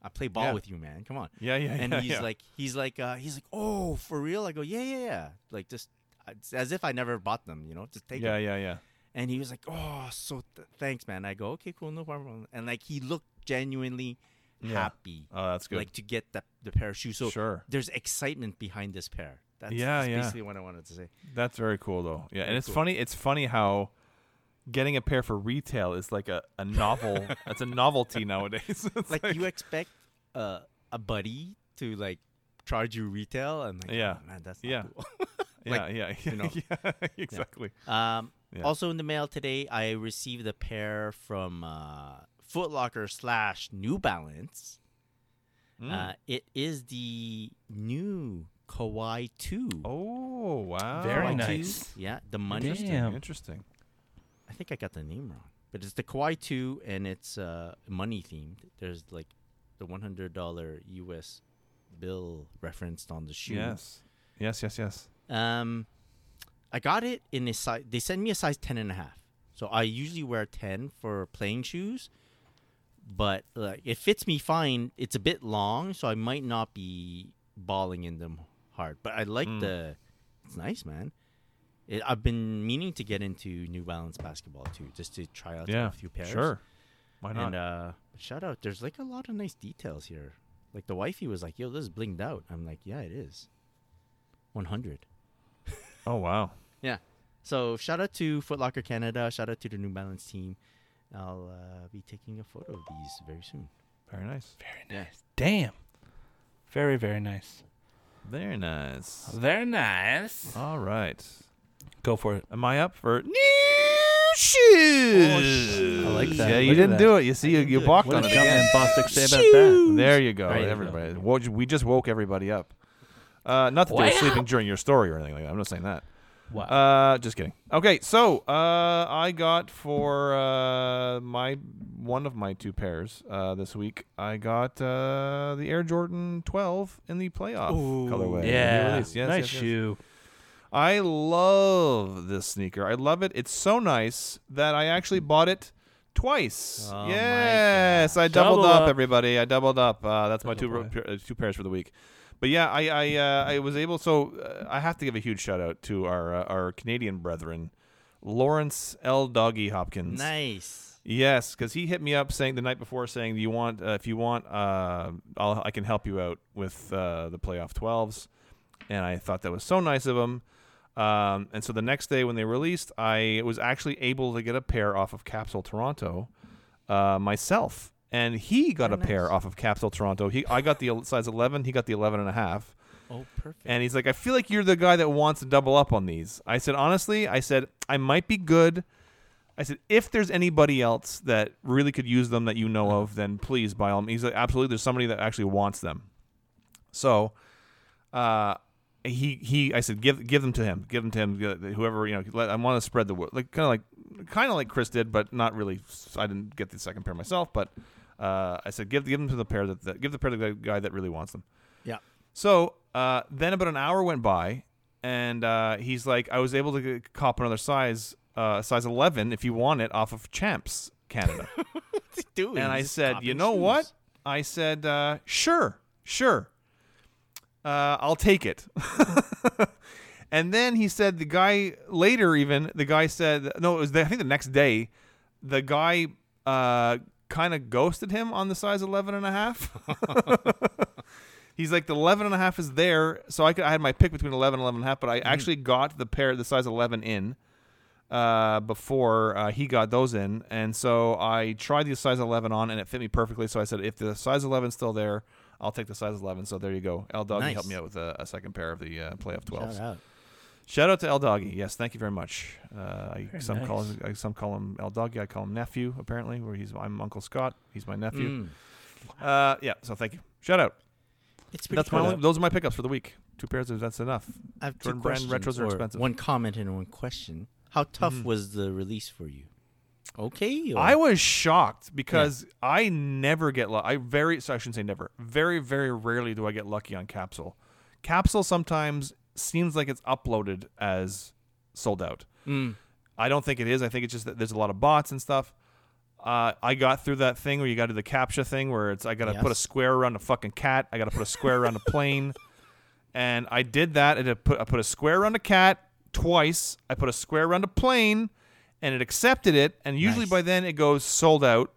S4: I play ball
S3: Yeah.
S4: with you, man. Come on.
S3: yeah, yeah,
S4: And
S3: yeah,
S4: he's
S3: yeah.
S4: like, he's like, uh, he's like, oh, for real? I go, yeah, yeah, yeah. Like just it's as if I never bought them, you know, just take
S3: yeah,
S4: it.
S3: yeah, yeah.
S4: And he was like, oh, so th- thanks, man. I go, okay, cool, no problem. And like he looked genuinely
S3: Yeah.
S4: happy,
S3: Oh, that's good.
S4: like to get the the pair of shoes. So
S3: sure,
S4: there's excitement behind this pair. That's,
S3: Yeah,
S4: that's
S3: yeah.
S4: basically what I wanted to say.
S3: that's very cool though. Yeah, and
S4: Very
S3: it's
S4: cool.
S3: funny. It's funny how getting a pair for retail is like a, a novel. that's a novelty nowadays. It's
S4: like you expect uh, a buddy to like charge you retail and like,
S3: Yeah.
S4: oh, man that's not
S3: Yeah.
S4: cool.
S3: yeah,
S4: like,
S3: yeah, yeah,
S4: you know.
S3: yeah, exactly.
S4: um,
S3: Yeah.
S4: also in the mail today i received a pair from uh, foot locker slash new balance
S3: Mm.
S4: uh, it is the new kawaii 2
S3: oh wow,
S2: Very
S4: Kawaii 2.
S2: nice.
S4: yeah the money
S2: Damn.
S3: Interesting.
S4: i think i got the name wrong but it's the kawaii 2 and it's uh, money themed there's like the $100 us bill referenced on the shoe
S3: Yes, yes, yes, yes.
S4: Um, I got it in a size. They sent me a size ten and a half. So I usually wear ten for playing shoes, but like it fits me fine. It's a bit long, so I might not be balling in them hard. But I like
S3: Mm.
S4: the. It's nice, man. It, I've been meaning to get into New Balance basketball too, just to try out
S3: yeah,
S4: a few pairs.
S3: sure. Why not?
S4: And uh, shout out. There's like a lot of nice details here. Like the wifey was like, "Yo, this is blinged out." I'm like, "Yeah, it is." One hundred.
S3: oh wow.
S4: Yeah. So shout out to Foot Locker Canada. Shout out to the New Balance team. I'll uh, be taking a photo of these very soon.
S3: Very nice.
S4: Yeah.
S2: Damn. Very, very nice.
S3: Very nice.
S2: Very nice.
S3: All right.
S2: Go for it.
S3: Am I up for new shoes?
S2: Oh, I like that.
S3: Yeah, you
S2: Look at
S3: didn't
S2: that.
S3: do it. You see, you, you balked
S2: What
S3: on
S2: did
S3: it
S2: John
S3: again.
S2: and Bostic say about that?
S3: There you go.
S4: There you go.
S3: everybody. Wo- We just woke everybody up. Uh, not that they were
S2: Wake
S3: sleeping during your story or anything like that. I'm not saying that.
S2: Wow.
S3: Uh, just kidding. Okay, so uh, I got for uh, my one of my two pairs uh, this week. I got uh, the Air Jordan 12 in the playoff
S4: Ooh.
S3: colorway. New
S2: yeah.
S3: release. Yes,
S2: nice
S3: yes, yes.
S2: shoe.
S3: I love this sneaker. I love it. It's so nice that I actually bought it twice.
S4: Oh my
S3: yes, I doubled
S2: Double
S3: up,
S2: up.
S3: everybody. I doubled up. Uh, that's my two
S2: Double
S3: ro- pair- uh, two pairs for the week. But yeah, I I, uh, I was able. So uh, I have to give a huge shout out to our uh, our Canadian brethren, Lawrence L. Doggy Hopkins.
S4: Nice.
S3: Yes, because he hit me up saying the night before, saying, "Do you want? Uh, if you want, uh, I'll, I can help you out with uh, the playoff 12s." And I thought that was so nice of him. Um, and so the next day when they released, I was actually able to get a pair off of Capsule Toronto uh, myself, and he got a
S4: Very
S3: pair
S4: nice.
S3: off of Capsule Toronto. He, I got the el- size 11, he got the 11 and a half.
S4: Oh, perfect.
S3: And he's like, I feel like you're the guy that wants to double up on these. I said, honestly, I said, I might be good. I said, if there's anybody else that really could use them that you know
S4: Uh-huh.
S3: of, then please buy them. He's like, absolutely, there's somebody that actually wants them. So, uh, he he, I said, give give them to him, give them to him, give- whoever you know. Let, I want to spread the word, like kind of like kind of like Chris did, but not really. I didn't get the second pair myself, but uh, I said, give give them to the pair that, that give the pair to the guy that really wants them.
S4: Yeah.
S3: So uh, then about an hour went by, and uh, he's like, I was able to g- cop another size, uh, size 11, if you want it, off of Champs Canada.
S4: Dude,
S3: and I
S4: he's
S3: said,
S4: copying
S3: you know
S4: shoes.
S3: what? I said, uh, sure, sure. Uh, I'll take it. and then he said, the guy later, even the guy said, no, it was the, I think the next day, the guy uh, kind of ghosted him on the size 11 and a half. He's like, the 11 and a half is there. So I, could, I had my pick between 11 and 11 and a half, but I actually got the pair, the size 11 in uh, before uh, he got those in. And so I tried the size 11 on and it fit me perfectly. So I said, if the size 11 is still there, I'll take the size 11. So there you go. L Doggy
S4: Nice.
S3: helped me out with a, a second pair of the uh, playoff 12s.
S4: Shout out.
S3: Shout out to El Doggy. Yes, thank you very much. Uh, I,
S2: Very
S3: some call
S2: nice.
S3: him, I, some call him El Doggy. I call him nephew. Apparently, where he's I'm Uncle Scott. He's my nephew.
S4: Mm.
S3: Uh, yeah. So thank you. Shout out.
S4: It's pretty
S3: That's my
S4: cool.
S3: only, those are my pickups for the week. Two pairs of that's enough.
S4: I have two
S3: Jordan Brand
S4: questions,
S3: retros are
S4: or
S3: expensive.
S4: One comment and one question. How tough was the release for you? Okay. or-
S3: I was shocked because I never get lucky. I very so I shouldn't say never. Very very rarely do I get lucky on capsule. Capsule sometimes seems like it's uploaded as sold out.
S4: Mm.
S3: I don't think it is. I think it's just that there's a lot of bots and stuff. Uh, I got through that thing where you got to do the captcha thing where it's I got to put a
S4: Yes.
S3: square around a fucking cat. I got to put a square around a plane, and I did that. And I put I put a square around a cat twice. I put a square around a plane, and it accepted it. And usually
S4: Nice.
S3: by then it goes sold out.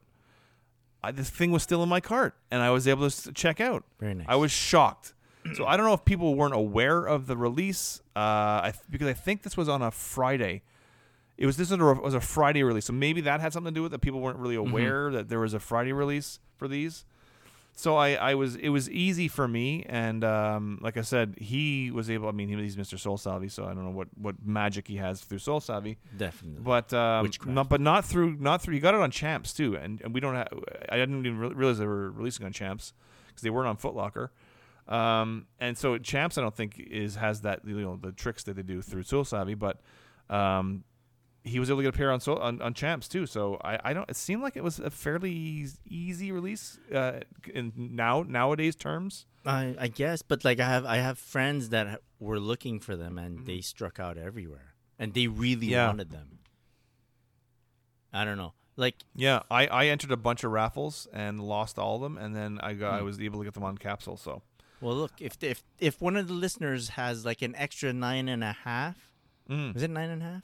S3: I, this thing was still in my cart, and I was able to s- check out.
S4: Very nice.
S3: I was shocked. So I don't know if people weren't aware of the release, uh, I th- because I think this was on a Friday. It was this was a, was a Friday release, so maybe that had something to do with it. People weren't really aware that there was a Friday release for these. So I, I was it was easy for me, and um, like I said, he was able. I mean, he- he's Mr. Soul Savvy, so I don't know what, what magic he has through Soul Savvy,
S4: Definitely.
S3: but um,
S4: Witchcraft.
S3: not, but not through not through. You got it on Champs too, and, and we don't. Have, I didn't even re- realize they were releasing on Champs because they weren't on Foot Locker. Um, and so Champs, I don't think is has that you know the tricks that they do through Soul Savvy, but um, he was able to get a pair on Soul, on, on Champs too. So I, I don't. It seemed like it was a fairly eas- easy release uh, in now nowadays terms.
S4: I, I guess, but like I have I have friends that ha- were looking for them and they struck out everywhere, and they really
S3: Mm. Yeah.
S4: wanted them. I don't know, like
S3: Yeah, I, I entered a bunch of raffles and lost all of them, and then I got I was able to get them on Capsule. So
S4: well, look if if if one of the listeners has like an extra nine and a half,
S3: Mm.
S4: is it nine and a half?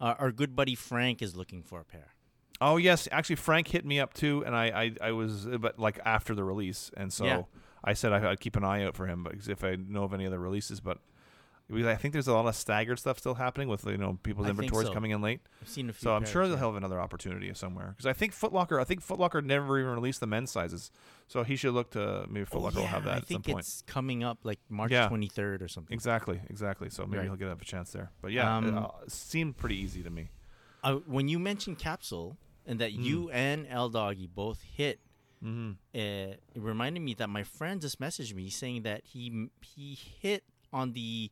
S4: Our, our good buddy Frank is looking for a pair.
S3: Oh yes, actually Frank hit me up too, and I I, I was but like after the release, and so
S4: Yeah.
S3: I said I, I'd keep an eye out for him, but if I know of any other releases, but we, I think there's a lot of staggered stuff still happening with you know people's
S4: I think
S3: inventories
S4: so.
S3: coming in late,
S4: I've seen a few.
S3: so I'm
S4: pairs,
S3: sure
S4: yeah.
S3: they'll have another opportunity somewhere because I think Foot Locker I think Foot Locker never even released the men's sizes, so he should look to maybe Foot
S4: Oh,
S3: Locker will have
S4: yeah,
S3: that
S4: I
S3: at some
S4: think
S3: point.
S4: it's coming up like March
S3: Yeah.
S4: 23rd or something.
S3: Exactly, exactly. So maybe
S4: Right.
S3: he'll get up a chance there. But yeah, it
S4: Um,
S3: uh, seemed pretty easy to me.
S4: uh, when you mentioned capsule and that
S3: Mm.
S4: you and L Doggy both hit,
S3: Mm-hmm.
S4: uh, it reminded me that my friend just messaged me saying that he m- he hit on the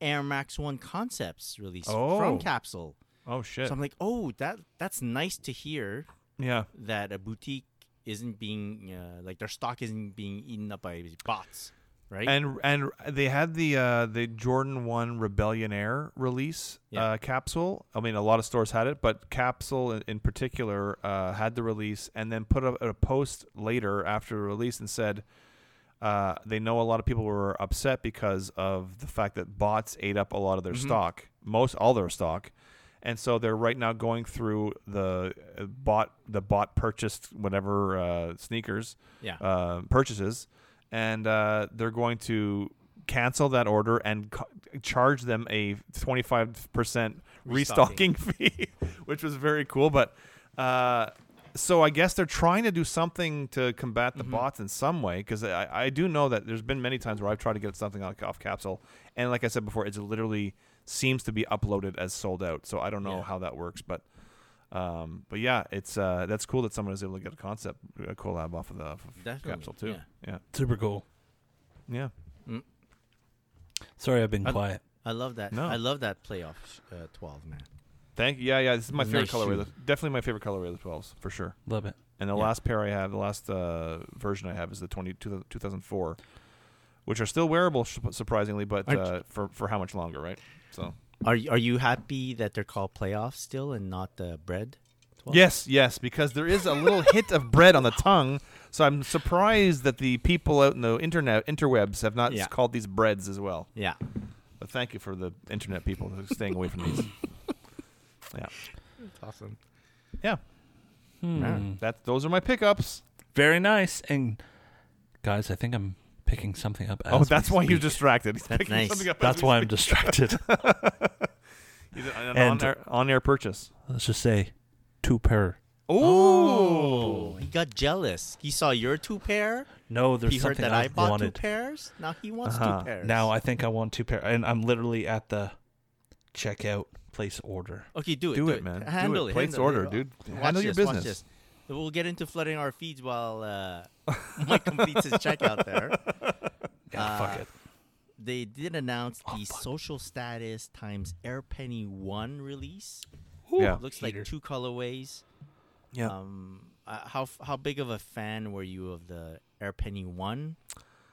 S4: Air Max One Concepts release
S3: Oh.
S4: from Capsule.
S3: Oh shit!
S4: So I'm like, oh, that that's nice to hear
S3: yeah,
S4: that a boutique isn't being uh, like their stock isn't being eaten up by bots, right?
S3: And and they had the uh, the Jordan One Rebellion Air release
S4: Yeah.
S3: uh, capsule. I mean, a lot of stores had it, but Capsule in, in particular uh, had the release, and then put up a post later after the release and said uh, they know a lot of people were upset because of the fact that bots ate up a lot of their
S4: Mm-hmm.
S3: stock, most all their stock. And so they're right now going through the uh, bot, the bot purchased whatever uh, sneakers,
S4: yeah,
S3: uh, purchases, and uh, they're going to cancel that order and co- charge them a 25% restocking,
S4: Restocking.
S3: fee, which was very cool. But uh, so I guess they're trying to do something to combat
S4: Mm-hmm.
S3: the bots in some way because I, I do know that there's been many times where I've tried to get something off, off capsule, and like I said before, it literally seems to be uploaded as sold out. So I don't know
S4: Yeah.
S3: how that works, but. Um, but yeah, it's uh, that's cool that someone was able to get a concept a collab off of the off of
S4: Definitely,
S3: capsule too.
S4: yeah.
S3: Yeah,
S2: Super cool.
S3: yeah.
S2: Sorry, I've been
S4: I'd-
S2: quiet.
S4: I love that.
S3: No.
S4: I love that playoff uh, 12 man.
S3: Thank you. Yeah, yeah. This is my favorite
S4: Nice
S3: colorway.
S4: shoe.
S3: This- Definitely my favorite colorway of the twelves for sure.
S2: Love it.
S3: And the
S4: Yeah.
S3: last pair I have, the last uh, version I have is the 20, 2004, which are still wearable sh- surprisingly, but
S4: Aren't-
S3: uh, for for how much longer, right? So
S4: Are you, are you happy that they're called playoffs still and not the bread? 12?
S3: yes, yes, because there is a little hit of bread on the tongue. So I'm surprised that the people out in the internet interwebs have not
S4: Yeah.
S3: called these breads as well.
S4: Yeah.
S3: But thank you for the internet people who's staying away from these. yeah.
S4: That's awesome.
S3: Yeah.
S2: Hmm.
S3: That those are my pickups.
S2: Very nice. And guys, I think I'm picking something up. As
S3: oh,
S2: we
S3: that's why you're
S2: speak.
S3: distracted. He's picking
S4: nice.
S3: something up.
S2: That's why I'm distracted.
S3: on
S2: And-
S3: air on air purchase.
S2: Let's just say two pair.
S3: Ooh.
S4: Oh, he got jealous. He saw your two pair.
S2: No, there's
S4: he heard
S2: something
S4: that
S2: I,
S4: I bought
S2: wanted.
S4: two pairs. Now he wants
S3: Uh-huh.
S4: two pairs.
S2: Now I think I want two pair, and I'm literally at the checkout place order.
S4: okay, do it,
S3: Do it, man. Do
S4: Handle
S3: it.
S4: it.
S3: Place
S4: handle
S3: order,
S4: it.
S3: dude.
S4: Watch
S3: Handle your
S4: this, watch
S3: business.
S4: this. We'll get into flooding our feeds while uh, Mike completes his checkout there.
S2: Yeah, fuck
S4: Uh,
S2: it.
S4: They did announce
S3: Oh,
S4: the
S2: fuck.
S4: Social Status times AirPenny 1 release.
S3: Yeah.
S4: Looks
S2: Heater.
S4: like two colorways.
S3: Yeah.
S4: Um, uh, how f- how big of a fan were you of the AirPenny 1,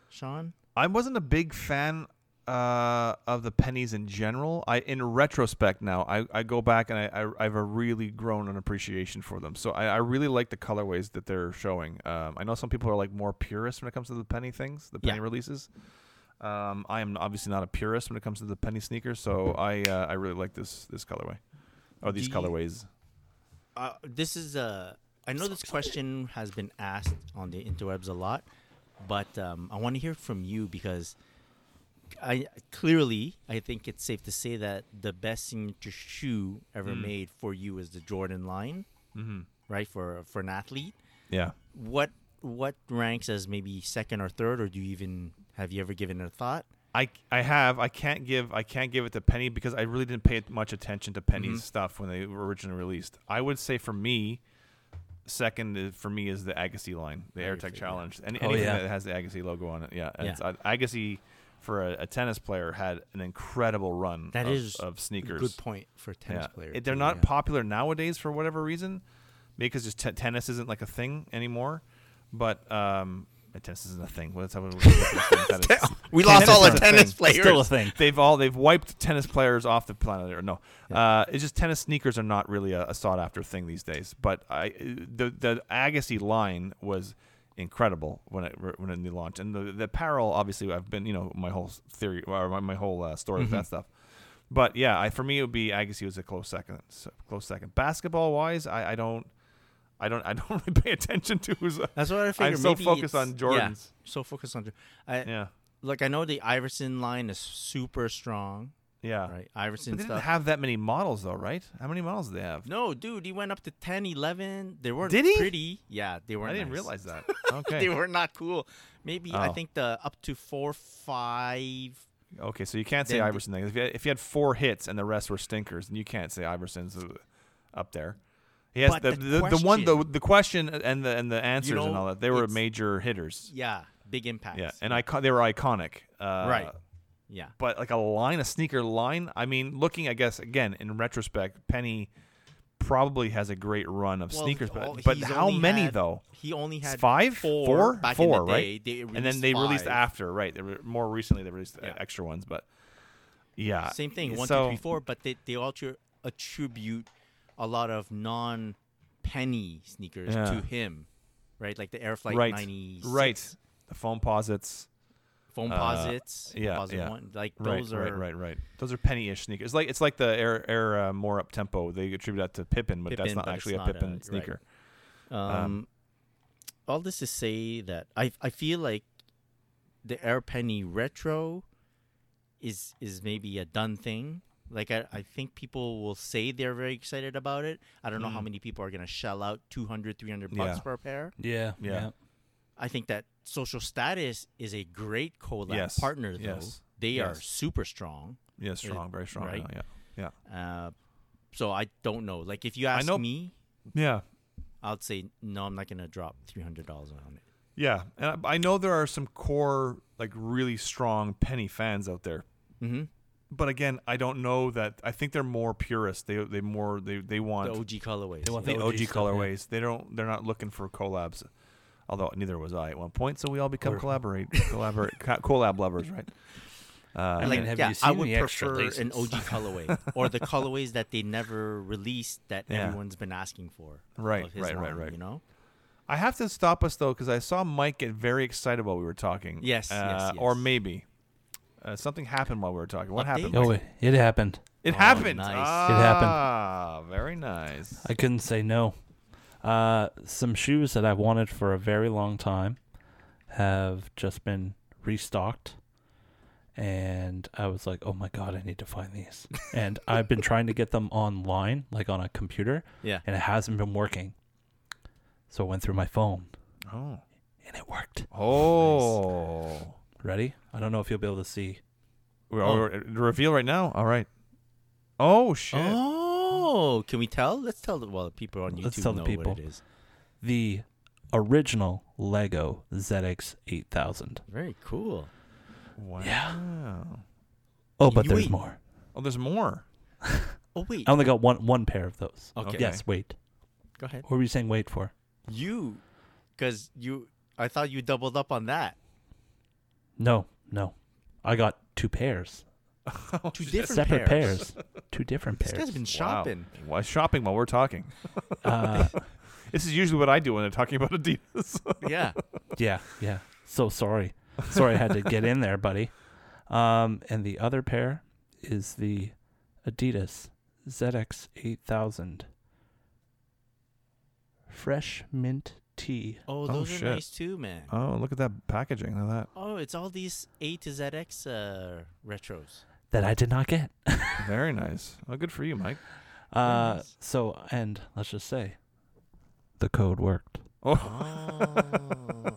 S4: Sean?
S3: I wasn't a big fan uh, of the pennies in general. I, in retrospect, now I, I go back and I, I I've a really grown an appreciation for them. So I, I really like the colorways that they're showing. Um, I know some people are like more purists when it comes to the penny things, the penny
S4: Yeah.
S3: releases. Um, I am obviously not a purist when it comes to the penny sneakers, so I uh, I really like this this colorway, or these
S4: Do you-
S3: colorways.
S4: Uh, this is a. I know this question has been asked on the interwebs a lot, but um, I want to hear from you because I clearly I think it's safe to say that the best signature shoe ever
S3: Mm.
S4: made for you is the Jordan line, mm-hmm. right? For for an athlete,
S3: Yeah.
S4: what what ranks as maybe second or third, or do you even have you ever given it a thought?
S3: I, I have I can't give I can't give it to Penny because I really didn't pay much attention to Penny's
S4: Mm-hmm.
S3: stuff when they were originally released. I would say for me, second is- for me is the Agassi line, the
S4: your
S3: AirTech
S4: favorite.
S3: Challenge, and
S2: Oh,
S3: anything
S2: yeah.
S3: that has the Agassi logo on it. Yeah, and
S4: Yeah.
S3: It's, I- Agassi for a, a tennis player had an incredible run
S4: That
S3: of,
S4: is
S3: of sneakers.
S4: Good point for a tennis
S3: Yeah.
S4: player.
S3: It- they're
S4: too,
S3: not
S4: yeah.
S3: popular nowadays for whatever reason, because just t- tennis isn't like a thing anymore. But um, tennis isn't a thing. What's that? What's that is-
S4: We lost all
S3: is
S4: our
S3: a
S4: tennis
S3: thing.
S4: players.
S2: Still a thing.
S3: They've all they've wiped tennis players off the planet. Or no, uh, it's just tennis sneakers are not really a, a sought after thing these days. But I the the Agassi line was incredible when it when it launched, and the the apparel obviously I've been you know my whole theory or my, my whole uh, story with that stuff. But yeah, I, for me it would be Agassi was a close second, so close second. Basketball wise, I, I don't. I don't. I don't really pay attention to who's.
S4: That's what I figured.
S3: am so
S4: Maybe
S3: focused
S4: it's-
S3: on
S4: yeah,
S3: Jordans.
S4: so focused on. Jor- I,
S3: Yeah.
S4: Like I know the Iverson line is super strong,
S3: Yeah.
S4: right? Iverson
S3: But they didn't
S4: stuff.
S3: have that many models though, right? How many models did they have?
S4: no, dude, he went up to 10, 11. They weren't
S3: Did he?
S4: pretty. Yeah, they
S3: I
S4: weren't.
S3: didn't
S4: nice.
S3: realize that.
S4: they
S3: Okay.
S4: were not cool. Maybe I
S3: Oh.
S4: think the up to four, five.
S3: okay, so you can't say
S4: Then-
S3: Iverson then. If you, had, if you had four hits and the rest were stinkers, then you can't say Iverson's uh, up there. Yes,
S4: But
S3: the,
S4: the
S3: the, the one the,
S4: question-
S3: the question and the and the answers and
S4: know,
S3: all that. They were
S4: it's-
S3: major hitters.
S4: Yeah, big impacts.
S3: Yeah, and icon- they were iconic. Uh,
S4: right. Yeah.
S3: But like a line, a sneaker line. I mean, looking, I guess, again in retrospect, Penny probably has a great run of
S4: Well,
S3: sneakers,
S4: all-
S3: but, but
S4: he's
S3: how
S4: only
S3: many
S4: had-
S3: though?
S4: He only had
S3: five,
S4: four,
S3: four,
S4: back
S3: Four,
S4: in the
S3: right?
S4: day. They
S3: and then they released
S4: five.
S3: after, right? They were, more recently they released uh
S4: Yeah.
S3: extra ones, but yeah,
S4: Same thing, one, two, three, four.
S3: Uh, so,
S4: but they, they also attribute a lot of non penny sneakers
S3: Yeah.
S4: to him, right? Like the Air Flight
S3: right,
S4: 90s,
S3: right. The foam posits,
S4: Foam
S3: Uh,
S4: posits,
S3: yeah,
S4: Posit
S3: yeah.
S4: one, like
S3: right,
S4: those
S3: right,
S4: are
S3: right, right. Those are penny-ish sneakers. It's like it's like the air air uh, more up tempo. They attribute that to Pippin, but that's
S4: Pippin,
S3: not
S4: but it's
S3: actually
S4: not
S3: a
S4: a-
S3: Pippin
S4: right.
S3: sneaker.
S4: Um, all this to say that I I feel like the Air Penny Retro is is maybe a done thing. Like I, I think people will say they're very excited about it. I don't know how many people are gonna shell out 200, 300 bucks
S3: Hmm. Yeah.
S4: per pair.
S2: Yeah,
S3: Yeah.
S2: yeah.
S4: I think that social status is a great collab
S3: Yes,
S4: partner though.
S3: yes,
S4: They are
S3: yes.
S4: super strong.
S3: Yeah, strong, very strong.
S4: right.
S3: Yeah, yeah,
S4: Uh, so I don't know. Like if you ask
S3: know-
S4: me,
S3: yeah.
S4: I'd say no, I'm not gonna drop three hundred dollars on it.
S3: Yeah, and I, I know there are some core, like really strong Penny fans out there.
S4: Mm-hmm.
S3: But again, I don't know that. I think they're more purists. They they more they they
S4: The
S3: want
S4: OG colorways.
S2: They want
S4: yeah.
S3: the
S2: OG
S3: OG,
S2: stuff, yeah.
S3: colorways. They don't. They're not looking for collabs. Although neither was I at one point, so we all become
S2: Or-
S3: collaborate, collaborate, co- collab lovers, right?
S2: I
S3: Uh,
S2: mean,
S4: like,
S2: have
S4: yeah,
S2: you
S4: I
S2: seen
S4: would
S2: the extra
S4: prefer an
S2: laces?
S4: OG colorway or the colorways that they never released that
S3: Yeah.
S4: everyone's been asking for.
S3: Right,
S4: of his
S3: right, right,
S4: line,
S3: right.
S4: You know,
S3: I have to stop us though because I saw Mike get very excited while we were talking.
S4: Yes, yes,
S3: uh, or
S4: yes.
S3: maybe uh, something happened while we were talking. What
S4: Update?
S3: happened?
S2: Oh,
S3: Mike?
S2: wait, it happened.
S3: It
S4: Oh,
S3: happened.
S4: nice. It
S3: Ah,
S2: happened.
S3: very nice.
S2: I couldn't say no. Uh, some shoes that I've wanted for a very long time have just been restocked. And I was like, oh my God, I need to find these. and I've been trying to get them online, like on a computer,
S4: Yeah.
S2: and it hasn't been working. So I went through my phone
S3: Oh.
S2: and it worked.
S3: Oh.
S2: Ready? I don't know if you'll be able to see.
S3: We're,
S4: Oh.
S3: we're- the reveal right now. All right. Oh shit.
S4: Oh, can we tell? Let's tell the well, the people on YouTube
S2: Let's tell the
S4: know what it
S2: people.
S4: is.
S2: The original Lego ZX 8000.
S4: Very cool.
S3: Wow.
S2: Oh, but
S4: Yui.
S2: there's more.
S3: Oh, there's more.
S4: Oh wait.
S2: I only got one one pair of those. Oh,
S4: okay.
S3: Okay.
S2: Yes, wait.
S4: Go ahead.
S2: What were you saying wait for?
S4: You, because you, I thought you doubled up on that.
S2: No, no. I got two pairs.
S3: Oh,
S4: Two different
S2: Separate
S4: pairs.
S2: pairs. Two different
S4: This guy's
S2: pairs.
S4: been shopping.
S3: Wow. Why shopping while we're talking?
S2: Uh,
S3: This is usually what I do when they're talking about Adidas.
S4: Yeah.
S2: yeah, yeah. So sorry. Sorry I had to get in there, buddy. Um, and the other pair is the Adidas ZX 8000 Fresh Mint Tea.
S4: Oh,
S3: Oh,
S4: those are
S3: shit.
S4: nice too, man.
S2: Uh,
S3: oh, look at that packaging. Look at
S4: Oh, it's all these A to ZX uh, retros.
S2: that I did not get.
S3: that. Very nice. Oh, good for you, Mike.
S2: Uh,
S4: Nice.
S2: so, and let's just say the code worked.
S3: Oh,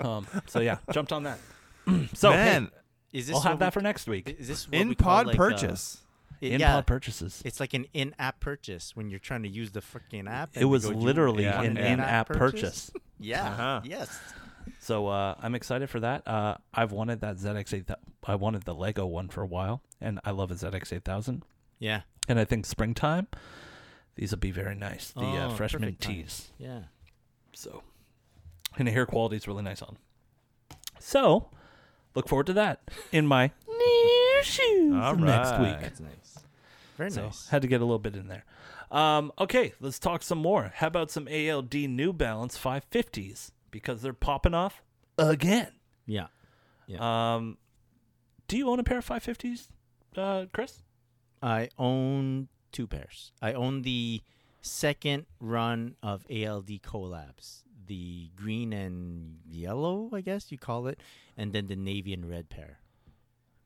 S4: Oh.
S2: Um, so, yeah, jumped on that. so, hey,
S3: man,
S4: is this
S2: I'll have
S4: what we-
S2: that for next week.
S4: Is this what
S3: in
S4: we call,
S3: pod
S4: like, uh,
S3: purchase.
S4: i-
S2: In
S4: yeah,
S2: pod purchases.
S4: It's like an in-app purchase when you're trying to use the freaking app. and
S2: It
S4: they
S2: was
S4: go, "You
S2: literally
S4: want
S3: Yeah.
S2: an in app purchase.
S4: Yeah.
S3: Uh-huh.
S4: Yes.
S2: So uh, I'm excited for that. Uh, I've wanted that ZX8. I wanted the Lego one for a while, and I love a ZX8000.
S4: Yeah.
S2: And I think springtime, these will be very nice. The uh,
S4: Oh,
S2: freshman
S4: perfect time.
S2: tees.
S4: Yeah.
S2: So, and the hair quality is really nice on. So, look forward to that in my new shoes
S3: All
S2: next
S3: right.
S2: week.
S4: That's nice. Very
S2: So
S4: nice.
S2: had to get a little bit in there. Um, okay, let's talk some more. How about some ALD New Balance 550s because they're popping off again.
S4: Yeah.
S2: Um, do you own a pair of 550s, uh, Chris?
S4: I own two pairs. I own the second run of ALD collabs, the green and yellow, I guess you call it, and then the navy and red pair.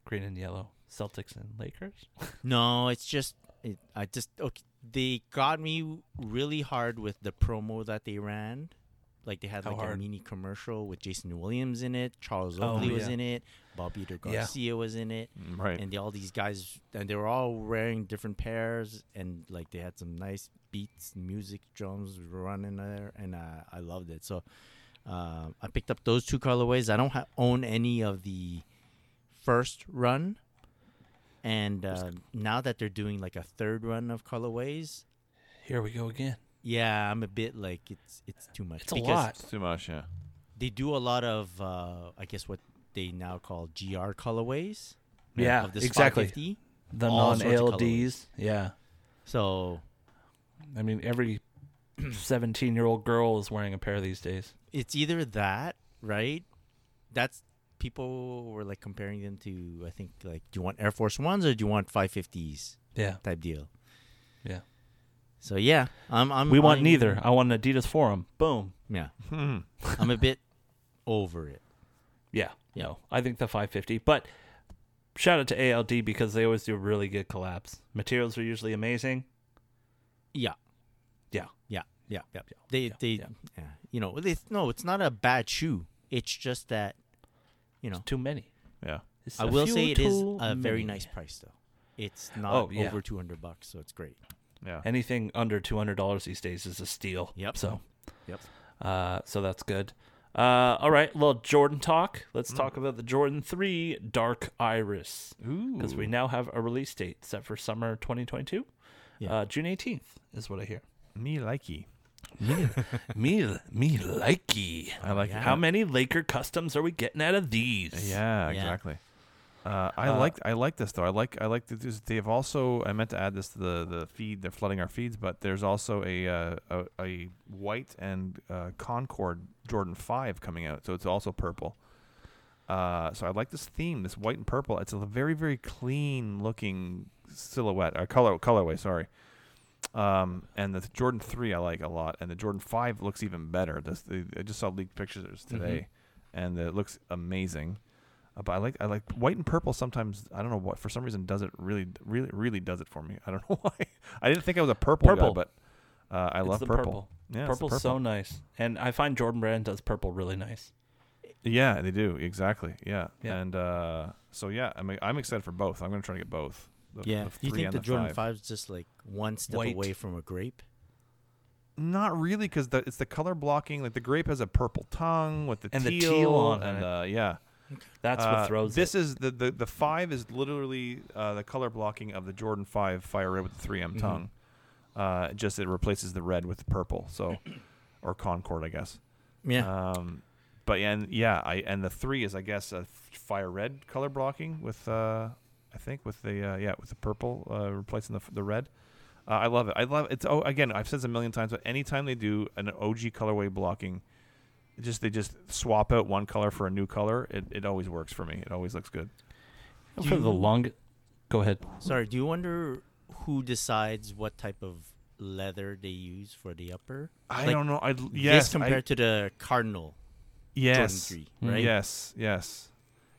S2: Green and yellow, Celtics and Lakers.
S4: No, it's just it, I just okay, they got me really hard with the promo that they ran. Like they had
S2: How
S4: like a
S2: hard?
S4: mini commercial with Jason Williams in it, Charles
S2: Oh,
S4: Oakley was
S2: yeah.
S4: in it, Bob Eater
S2: Yeah.
S4: Garcia was in it.
S3: Right.
S4: and they, all these guys and they were all wearing different pairs and like they had some nice beats music drums running there and uh, i loved it so um, i picked up those two colorways i don't ha- own any of the first run and uh, now that they're doing like a third run of colorways
S2: Here we go again.
S4: yeah i'm a bit like it's it's too much
S2: It's a lot.
S3: It's too much, yeah.
S4: they do a lot of uh, i guess what they now call gr colorways
S2: Yeah,
S4: of this
S2: exactly.
S4: 550.
S2: The
S4: All sorts
S2: non
S4: of
S2: ALDs. Yeah.
S4: so
S2: I mean, every 17 year old girl is wearing a pair these days.
S4: it's either that, right? That's people were like comparing them to I think like do you want Air Force Ones or do you want 550s
S2: Yeah.
S4: type deal.
S2: Yeah.
S4: So yeah, I'm I'm
S2: We want
S4: I'm-
S2: neither. I want an Adidas Forum. Boom.
S4: Yeah.
S3: Hmm.
S4: I'm a bit over it.
S2: Yeah.
S4: Yeah.
S2: No, I think the 550. But shout out to ALD because they always do really good collabs. Materials are usually amazing.
S4: Yeah.
S2: Yeah.
S4: Yeah. Yeah. Yeah.
S2: Yeah.
S4: They
S2: Yeah.
S4: they
S2: Yeah.
S4: yeah. you know, they, no, it's not a bad shoe. It's just that you know,
S2: Too many.
S3: Yeah.
S2: It's
S4: I
S2: a
S4: will
S2: few
S4: say it is
S2: too
S4: a very
S2: many.
S4: nice price though. It's not
S2: Oh, yeah.
S4: over 200 bucks, so it's great.
S3: Yeah.
S2: Anything under two hundred dollars these days is a steal.
S4: Yep.
S2: So,
S4: Yep.
S2: uh, so that's good. Uh, all right, little Jordan talk. Let's
S3: Mm.
S2: talk about the Jordan Three Dark Iris
S3: Ooh.
S2: because we now have a release date set for summer 2022.
S4: Yeah.
S2: Uh, June 18th is what I hear.
S3: Me likey.
S2: me, me likey.
S3: I like it.
S2: How many Laker customs are we getting out of these?
S3: Yeah,
S4: Yeah.
S3: exactly. Uh, I
S2: Uh,
S3: like I like this though. I like I like that there's- they've also I meant to add this to the, the feed. They're flooding our feeds, but there's also a uh, a, a white and uh, Concord Jordan Five coming out, so it's also purple. Uh, so I like this theme, this white and purple. It's a very very clean looking silhouette or color colorway. uh, Sorry. Um, and the Jordan Three I like a lot, and the Jordan Five looks even better. This the, I just saw leaked pictures today, and it looks amazing. Uh, but I like I like white and purple. Sometimes I don't know what for some reason does it really really really does it for me. I don't know why. I didn't think I was a purple,
S2: Purple.
S3: guy, but uh, I
S2: It's
S3: love
S2: the
S3: purple.
S2: purple.
S3: Yeah, it's the
S2: Purple's so nice, and I find Jordan Brand does purple really nice.
S3: Yeah, they do exactly. Yeah,
S2: Yeah.
S3: and uh, so yeah, I mean, I'm excited for both. I'm gonna try to get both. The,
S4: yeah.
S3: the
S4: Do you
S3: three and
S4: think the Jordan
S3: five.
S4: Five is just like one step
S2: White.
S4: away from a grape?
S3: Not really, because the, it's the color blocking. Like the grape has a purple tongue with the
S2: And the
S3: teal,
S2: teal on
S3: and
S2: it.
S3: uh, yeah.
S2: That's
S3: Uh,
S2: what throws
S3: this
S2: it.
S3: is the, the the five is literally uh, the color blocking of the Jordan Five Fire Red with the three M
S2: Mm-hmm.
S3: tongue. Uh, just it replaces the red with the purple, so or Concord, I guess.
S4: Yeah.
S3: Um, but yeah, and yeah, I and the three is I guess a f- fire red color blocking with uh, I think with the uh, yeah with the purple uh, replacing the f- the red. Uh, I love it. I love it's oh again I've said this a million times, but anytime they do an OG colorway blocking, it just they just swap out one color for a new color. It it always works for me. It always looks good.
S2: for the long. Go ahead.
S4: Sorry. Do you wonder who decides what type of leather they use for the upper?
S3: I
S4: Like,
S3: don't know. I yes
S4: this compared to the Cardinal
S3: yes
S4: Jordan Three, right?
S3: Yes, yes.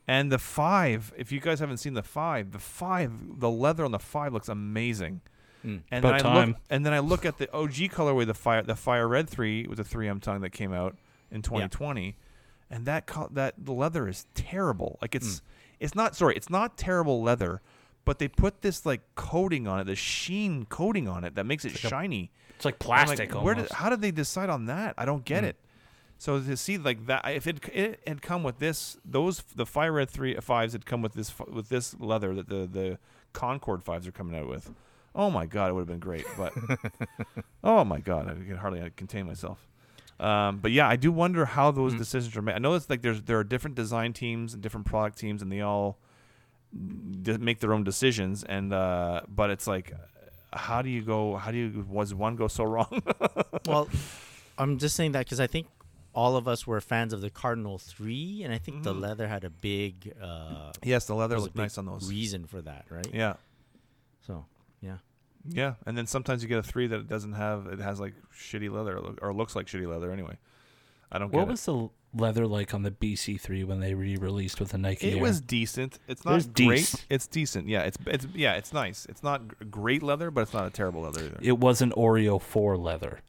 S3: And the five, if you guys haven't seen the five, the five, the leather on the five looks amazing.
S4: Mm.
S3: And
S2: About
S3: then I
S2: time.
S3: look, and then I look at the OG colorway, the fire, the fire red three with the three M tongue that came out in 2020, and that co- that the leather is terrible. Like
S4: Hmm.
S3: it's it's not sorry, it's not terrible leather, but they put this like coating on it, the sheen coating on it that makes it shiny.
S2: It's like
S3: I'm like,
S2: plastic.
S3: where
S2: almost. Hmm.
S3: did, how did they decide on that? I don't get it. So to see like that, if it, it had come with this, those the Fire Red three fives had come with this f- with this leather that the the Concord fives are coming out with. Oh my god, it would have been great. But oh my god, I could hardly I contain myself. Um, but yeah, I do wonder how those
S2: Hmm.
S3: decisions are made. I know it's like there's there are different design teams and different product teams, and they all d- make their own decisions. And uh, but it's like, uh, how do you go? How do you was one go so wrong?
S4: well, I'm just saying that because I think all of us were fans of the Cardinal Three, and I think the leather had a big uh,
S3: yes, the leather
S4: was a
S3: looked
S4: big
S3: Mm-hmm. nice on those.
S4: reason for that, right?
S3: yeah,
S4: So yeah,
S3: yeah. And then sometimes you get a three that it doesn't have. It has like shitty leather or loo- or looks like shitty leather anyway. I don't get
S2: What
S3: it.
S2: was the leather like on the BC3 when they re-released with the Nike?
S3: It
S2: Air?
S3: was decent. It's
S2: was
S3: not great.
S2: decent.
S3: It's decent. Yeah, it's it's yeah, it's nice. It's not g- great leather, but it's not a terrible leather either.
S2: It was an Oreo 4 leather.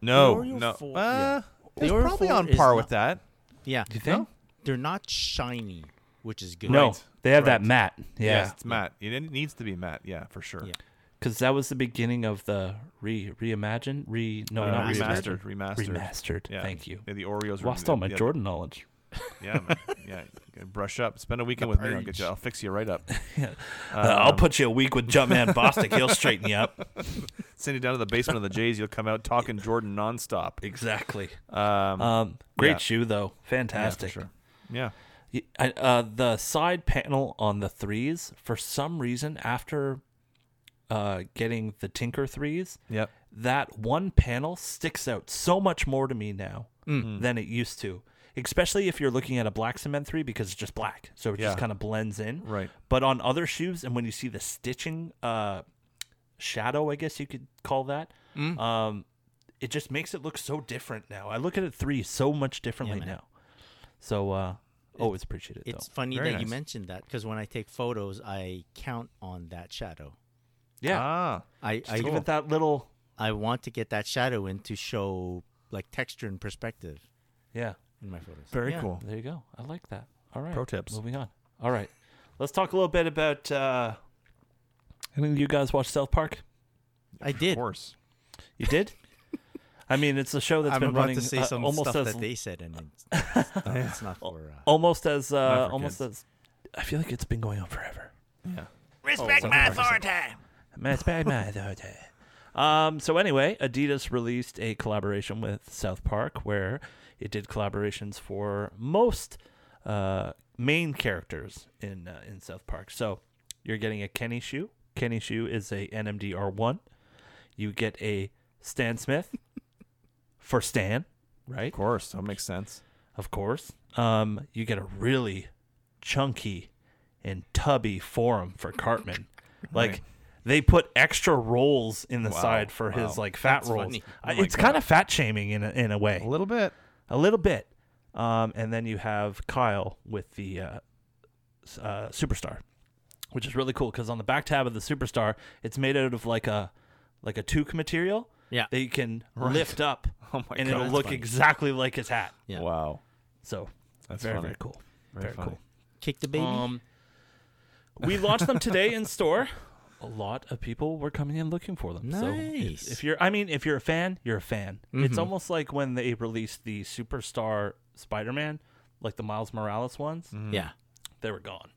S3: No,
S4: Oreo
S3: no.
S4: four-
S3: Uh,
S4: yeah.
S3: It's
S4: The Oreo
S3: probably
S4: four
S3: on
S4: is
S3: par
S4: not-
S3: with that.
S4: yeah.
S2: Do you think?
S4: They're not shiny, which is good.
S2: No,
S3: Right.
S2: they have that
S3: Right.
S2: matte. Yeah,
S3: Yes, it's matte. It it needs to be matte. Yeah, for sure.
S4: Yeah.
S2: because that was the beginning of the re reimagine re no
S3: Uh,
S2: not
S3: remastered,
S2: remastered
S3: remastered,
S2: remastered.
S3: Yeah.
S2: Thank you.
S3: Yeah, the Oreos.
S2: Lost
S3: were,
S2: all my
S3: yeah,
S2: Jordan knowledge.
S3: Yeah, man. yeah. you gotta Brush up. Spend a weekend with me. I'll get you. I'll fix you right up. Um,
S2: Uh, I'll put you a week with Jumpman Bostic. He'll straighten you up.
S3: Send you down to the basement of the Jays. You'll come out talking Jordan nonstop.
S2: Exactly.
S3: Um,
S2: Um, great
S3: Yeah.
S2: shoe though.
S3: yeah, for
S2: Fantastic.
S3: sure. Yeah.
S2: Y- I- uh, the side panel on the threes, for some reason, after uh, getting the Tinker threes,
S3: Yep.
S2: that one panel sticks out so much more to me now than it used to. Especially if you're looking at a black cement three because it's just black, so it
S3: Yeah.
S2: just kind of blends in.
S3: Right.
S2: But on other shoes, and when you see the stitching uh, shadow, I guess you could call that, um, it just makes it look so different now. I look at it three so much differently
S4: man.
S2: now. So uh, always appreciate it.
S4: It's
S2: though.
S4: funny
S3: Very
S4: that you
S3: nice.
S4: mentioned that because when I take photos, I count on that shadow.
S2: yeah.
S3: Ah.
S4: I
S2: Just
S4: I,
S2: give it that little
S4: I want to get that shadow in to show like texture and perspective
S2: yeah.
S4: in my photos.
S3: Very
S4: Yeah.
S3: cool.
S2: There you go. I like that. All right.
S3: Pro tips.
S2: Moving on. All right. Let's talk a little bit about. Uh, any of you guys watch South Park?
S4: I did.
S3: Of course.
S2: You did. I mean, it's a show that's
S4: I'm
S2: been
S4: about
S2: running
S4: to say
S2: uh,
S4: some
S2: almost
S4: stuff
S2: as
S4: that they said, and it's, no, it's not for. Uh,
S2: almost as uh,
S3: Not for
S2: almost
S3: kids.
S2: as. I feel like it's been going on forever.
S3: Yeah.
S5: Respect my authority.
S2: That's bad, man. Okay. Um, so anyway, Adidas released a collaboration with South Park where it did collaborations for most uh, main characters in uh, in South Park. So you're getting a Kenny shoe. Kenny shoe is a NMDR one. You get a Stan Smith for Stan, right?
S3: Of course. That makes sense.
S2: Of course. Um, you get a really chunky and tubby forum for Cartman. Like
S3: Right.
S2: they put extra rolls in the
S3: Wow,
S2: side for his
S3: wow.
S2: like fat
S4: That's
S2: rolls.
S4: funny.
S2: I-
S3: Oh my
S2: it's kind of fat shaming in a, in a way,
S3: A little bit.
S2: a little bit. Um, and then you have Kyle with the uh, s- uh, superstar, which is really cool because on the back tab of the superstar, it's made out of like a like a toque material
S4: Yeah.
S2: that you can
S3: Right.
S2: lift up,
S3: Oh my
S2: and
S3: God,
S2: it'll
S3: that's
S2: look
S4: funny.
S2: exactly like his hat.
S4: Yeah.
S3: Wow.
S2: So
S3: That's
S2: very
S3: funny.
S2: very cool.
S3: Very
S2: very
S3: funny.
S2: cool.
S4: Kick the baby.
S2: Um, we launched them today in store. A lot of people were coming in looking for them. So if,
S4: Nice.
S2: if you're, I mean, if you're a fan, you're a fan.
S3: Mm-hmm.
S2: It's almost like when they released the Superstar Spider-Man, like the Miles Morales ones.
S3: Mm.
S4: yeah.
S2: They were gone.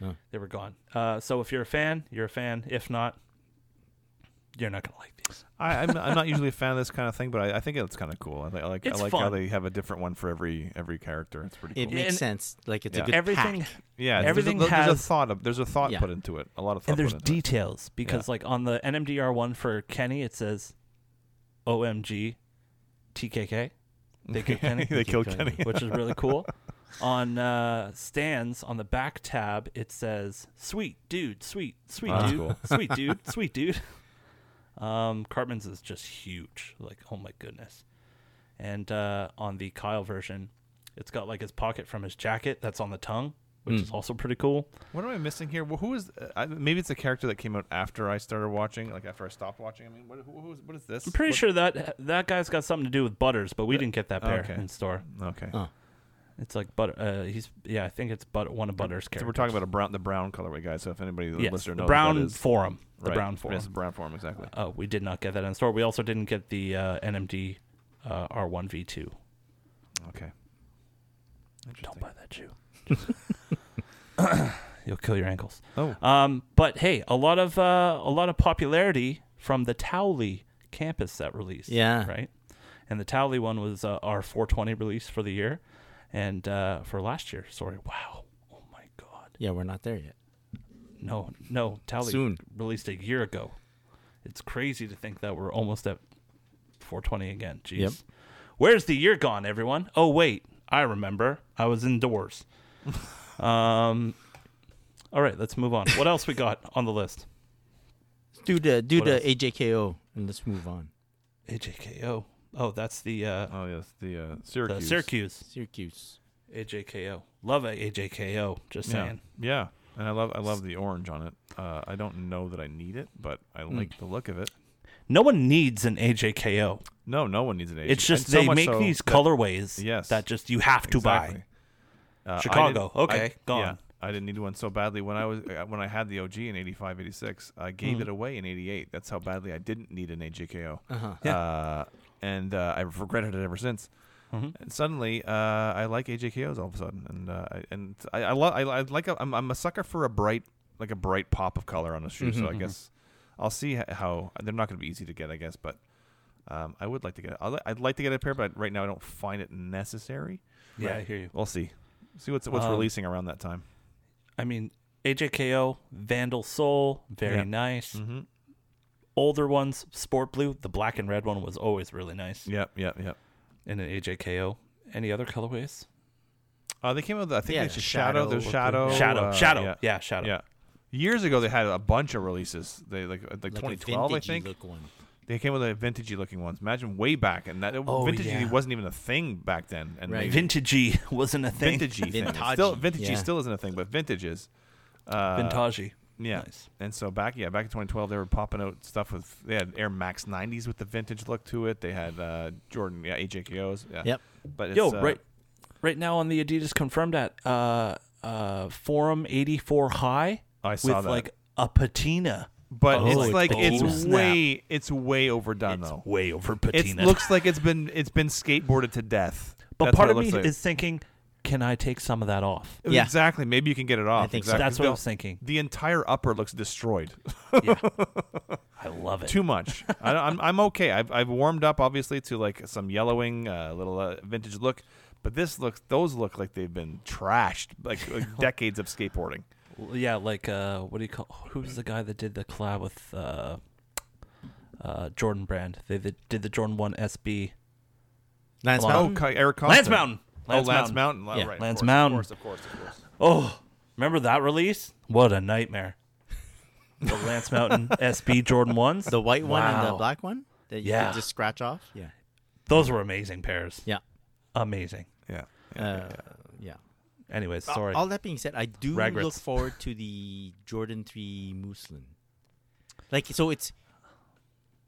S4: Oh.
S2: They were gone. Uh, so if you're a fan, you're a fan. If not, you're not gonna like these.
S3: I, I'm, I'm not usually a fan of this kind of thing, but I, I think it's kind of cool. I, li- I like
S2: It's
S3: I like how
S2: fun.
S3: they have a different one for every every character. It's pretty
S4: It
S3: cool.
S4: makes
S2: And-
S4: sense. Like it's
S3: Yeah.
S4: a good
S2: Everything.
S4: pack.
S3: yeah, there's a-
S2: everything
S3: there's a,
S2: has-
S3: thought. Of, there's a thought
S4: Yeah.
S3: put into it. A lot of thought.
S2: and there's
S3: put into it.
S2: details because like on the NMDR one for Kenny it says OMG TKK they kill Kenny
S3: they killed
S4: Kenny.
S3: Kenny.
S2: which is really cool on uh stands on the back tab it says sweet dude sweet sweet
S3: That's
S2: dude
S3: cool.
S2: sweet dude sweet dude um Cartman's is just huge like oh my goodness and uh on the Kyle version it's got like his pocket from his jacket that's on the tongue which
S3: Hmm.
S4: Mm.
S2: is also pretty cool
S3: What am I missing here? Well, who is? Uh, I- maybe it's a character that came out after I started watching, like after I stopped watching. I mean, what, who, who is, what is this?
S2: I'm pretty
S3: What- Uh,
S2: sure that that guy's got something to do with Butters, but we didn't get that pair
S3: okay.
S2: in store.
S3: Okay,
S4: Oh,
S2: It's like Butter. Uh, he's yeah, I think it's but one of Butters' characters.
S3: so we're talking about a brown, the brown colorway guy. So if anybody the
S2: yes,
S3: listener
S2: the
S3: knows,
S2: brown
S3: what that is,
S2: forum, the
S3: right,
S2: brown
S3: Yes,
S2: forum.
S3: brown form exactly.
S2: Uh, we did not get that in store. We also didn't get the uh, NMD uh, R1V2.
S3: Okay.
S2: Don't
S3: Interesting.
S2: buy that shoe. You'll kill your ankles.
S3: Oh,
S2: Um, but hey, a lot of uh, a lot of popularity from the Towley campus that release.
S4: Yeah.
S2: Right. And the Towley one was uh, our 420 release for the year, and uh, for last year. Sorry. Wow. Oh my God.
S4: yeah, we're not there yet.
S2: No, no. Towley
S4: Soon.
S2: released a year ago. It's crazy to think that we're almost at 420 again. Jeez.
S4: Yep.
S2: Where's the year gone, everyone? Oh wait, I remember. I was indoors. um. All right, let's move on. What else we got on the list?
S4: Do the do
S2: What
S4: the
S2: else?
S4: AJKO and let's move on.
S2: AJKO. Oh, that's the uh,
S3: oh yes, the uh,
S2: the
S3: Syracuse.
S2: Syracuse
S4: Syracuse.
S2: AJKO. Love a AJKO. Just
S3: Yeah.
S2: saying.
S3: Yeah. And I love I love the orange on it. Uh, I don't know that I need it, but I
S2: Hmm.
S3: like the look of it.
S2: No one needs an AJKO.
S3: No, no one needs an Asian.
S2: It's just
S3: And so
S2: they
S3: much
S2: make
S3: so
S2: these
S3: that-
S2: colorways.
S3: Yes.
S2: That just you have to buy.
S3: Exactly. Uh, I
S2: Chicago,
S3: didn't-
S2: okay,
S3: I,
S2: gone.
S3: Yeah, I didn't need one so badly when I was uh, when I had the OG in 85, 86. I gave
S2: Hmm.
S3: it away in 88. That's how badly I didn't need an AJKO. Uh-huh.
S2: Yeah.
S3: and uh, I've regretted it ever since. And suddenly, uh, I like AJKOs all of a sudden, and uh, I, and I I, lo- I, I like a, I'm, I'm a sucker for a bright like a bright pop of color on a
S2: Mm-hmm,
S3: shoe. so I guess I'll see h- how they're not going to be easy to get. I guess, but um, I would like to get. I'll, I'd like to get a pair, but right now I don't find it necessary.
S2: Yeah, I hear you.
S3: We'll see. See what's what's
S2: Um,
S3: releasing around that time.
S2: I mean, AJKO, Vandal Soul, very
S3: Yeah. Mm-hmm.
S2: nice. Older ones, Sport Blue, the black and red one was always really nice.
S3: Yep, yep, yep.
S2: And an AJKO. Any other colorways?
S3: Uh, they came out. With, I think
S4: Yeah,
S3: it's a
S4: Shadow
S3: shadow. There's
S4: or
S3: shadow.
S4: Blue.
S2: Shadow,
S3: uh,
S2: Shadow,
S3: Yeah.
S2: yeah, Shadow.
S3: yeah. Years ago, they had a bunch of releases. They like uh, like,
S4: Like a
S3: 2012, I
S4: vintagey
S3: think.
S4: Look one.
S3: They came with a vintagey looking ones. Imagine way back, and that
S2: Oh,
S3: vintagey
S2: yeah.
S3: wasn't even a thing back then. And
S4: Right.
S3: they-
S2: Vintagey wasn't a thing.
S3: vintagey, thing.
S4: Vintagey,
S3: still vintagey
S4: yeah.
S3: still isn't a thing, but vintage is. Uh,
S2: Vintagey.
S3: Yeah.
S2: Nice.
S3: And so back yeah, back in 2012 they were popping out stuff with they had Air Max 90s with the vintage look to it. They had uh, Jordan yeah, AJKOs. Yeah.
S4: Yep.
S3: But it's,
S2: Yo,
S3: uh,
S2: right, right now on the Adidas confirmed at uh, uh, Forum 84 High
S3: I saw
S2: with
S3: that.
S2: like a patina,
S3: But
S2: Oh,
S3: it's
S2: like
S3: like it's
S2: patina.
S3: way it's way overdone though.
S2: way over
S3: It
S2: patina.
S3: looks like it's been it's been skateboarded to death.
S2: but
S3: That's
S2: part of
S3: what it
S2: me
S3: looks like.
S2: is thinking, can I take some of that off?
S4: Yeah.
S3: exactly. Maybe you can get it off.
S4: think so.
S3: exactly.
S2: That's what I
S3: The-
S2: was thinking.
S3: The entire upper looks destroyed.
S2: Yeah, I love it.
S3: Too much. I, don't- I'm I'm okay. I've I've warmed up obviously to like some yellowing, uh, little uh, vintage look, but this looks those look like they've been trashed like, like decades of skateboarding.
S2: Well, Yeah, like uh, what do you call? Who's the guy that did the collab with uh, uh, Jordan Brand? They did did the Jordan One SB.
S4: Lance
S2: Well,
S3: Oh,
S4: Mountain.
S3: Ka- Eric Costa.
S2: Lance Mountain. Lance
S3: oh, Lance
S2: Mountain.
S3: Mountain. Oh,
S4: Yeah.
S3: right, of
S2: Lance
S3: course,
S2: Mountain.
S3: Of course, of course, of course.
S2: Oh, remember that release? What a nightmare! the Lance Mountain SB Jordan ones.
S4: The white one and the
S2: Wow.
S4: black one that you
S2: Yeah.
S4: could just scratch off. Yeah.
S2: Those were amazing pairs.
S4: Yeah.
S2: Amazing.
S3: Yeah.
S4: Yeah. Uh, yeah.
S2: Anyways,
S4: All-
S2: sorry.
S4: All that being said, I do
S2: Regrets.
S4: look forward to the Jordan 3 Muslin. Like so it's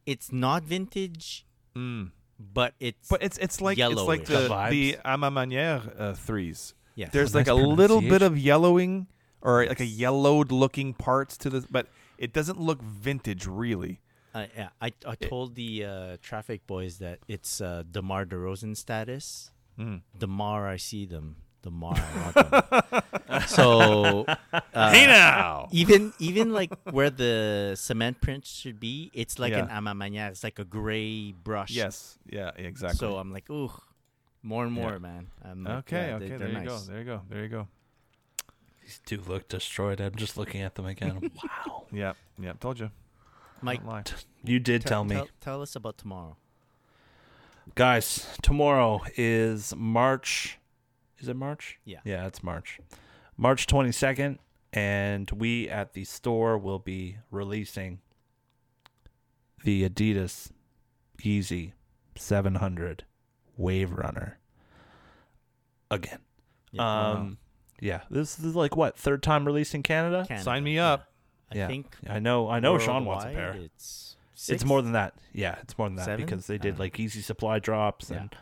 S4: it's not vintage,
S3: Mm.
S4: but it's
S3: But it's it's like it's like
S4: Yellowish.
S3: the
S2: The vibes.
S3: the a ma manière uh, threes.
S4: Yes.
S3: There's
S2: Oh,
S3: like
S2: nice
S3: a little bit of yellowing or like a yellowed looking parts to this, but it doesn't look vintage really.
S4: I, Uh, yeah, I, I told the uh, traffic boys that it's uh, Demar Derozan status.
S3: Mm.
S4: Demar, I see them. Demar, I want them. so uh,
S3: now.
S4: even even like where the cement print should be, it's like
S3: Yeah.
S4: an amamania. It's like a gray brush.
S3: Yes. Yeah. Exactly.
S4: So I'm like, ooh, more and
S3: Yeah.
S4: more, man. I'm like,
S3: okay.
S4: yeah, they-
S3: okay.
S4: they're
S3: there you go.
S4: nice.
S3: There you go. There you go.
S2: These two look destroyed. I'm just looking at them again. wow.
S3: Yeah. Yeah. Told you.
S4: Mike,
S3: Don't lie.
S2: You did
S4: te-
S2: tell me.
S4: Tell, tell us about tomorrow.
S2: Guys, tomorrow is March. Is it March?
S4: Yeah.
S2: Yeah, it's March. March 22nd. And we at the store will be releasing the Adidas Yeezy 700 Wave Runner again.
S4: Yeah.
S2: um, yeah, this is like what third time release in Canada.
S4: Canada,
S3: Sign me
S4: yeah.
S3: up.
S4: I
S2: Yeah.
S4: think.
S2: I know, I know. Sean wants a
S4: worldwide
S2: pair.
S4: It's
S2: It's more than that. Yeah, it's more than that
S4: Seven?
S2: because they
S4: I
S2: did
S4: dunno.
S2: like easy supply drops
S4: Yeah.
S2: and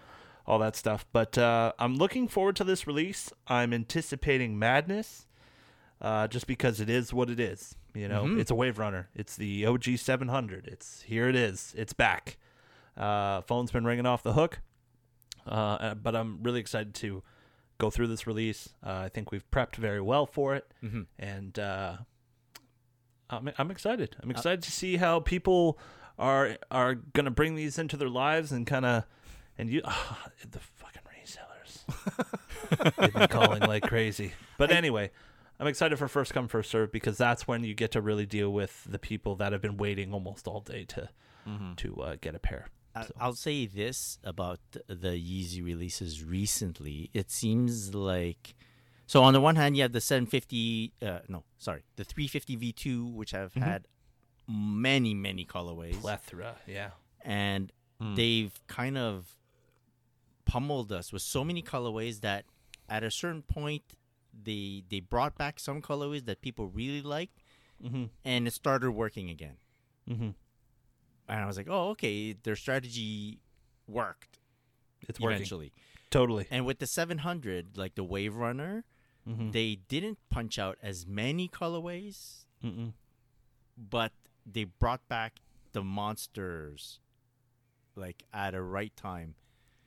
S2: all that stuff. But uh, I'm looking forward to this release. I'm anticipating madness, uh, just because it is what it is. You know,
S4: Mhm.
S2: it's a wave runner. It's the OG 700. It's here. It is. It's back. Uh, phone's been ringing off the hook, uh, uh, but I'm really excited to go through this release. Uh, I think we've prepped very well for it
S4: Mhm.
S2: and uh, I'm, I'm excited. I'm excited to see how people are are gonna bring these into their lives and kind of and you ah, the fucking resellers. They've been calling like crazy. But anyway, I'm excited for first come first serve because that's when you get to really deal with the people that have been waiting almost all day to
S3: Mm-hmm,
S2: to uh, get a pair.
S4: I- I'll say this about th- the Yeezy releases recently. It seems like so on the one hand you have the 750 uh, no, sorry, the 350 V2 which have
S2: Mm-hmm.
S4: had many many colorways
S2: Plethora, yeah.
S4: and
S3: mm-hmm.
S2: mm.
S4: they've kind of pummeled us with so many colorways that at a certain point they they brought back some colorways that people really liked
S2: Mhm.
S4: and it started working again
S2: hmm
S4: and i was like oh okay their strategy worked
S2: It's working
S4: eventually
S2: totally.
S4: and with the 700 like the wave runner
S2: Mm-hmm.
S4: they didn't punch out as many colorways
S2: Mm-mm.
S4: but they brought back the monsters like at a right time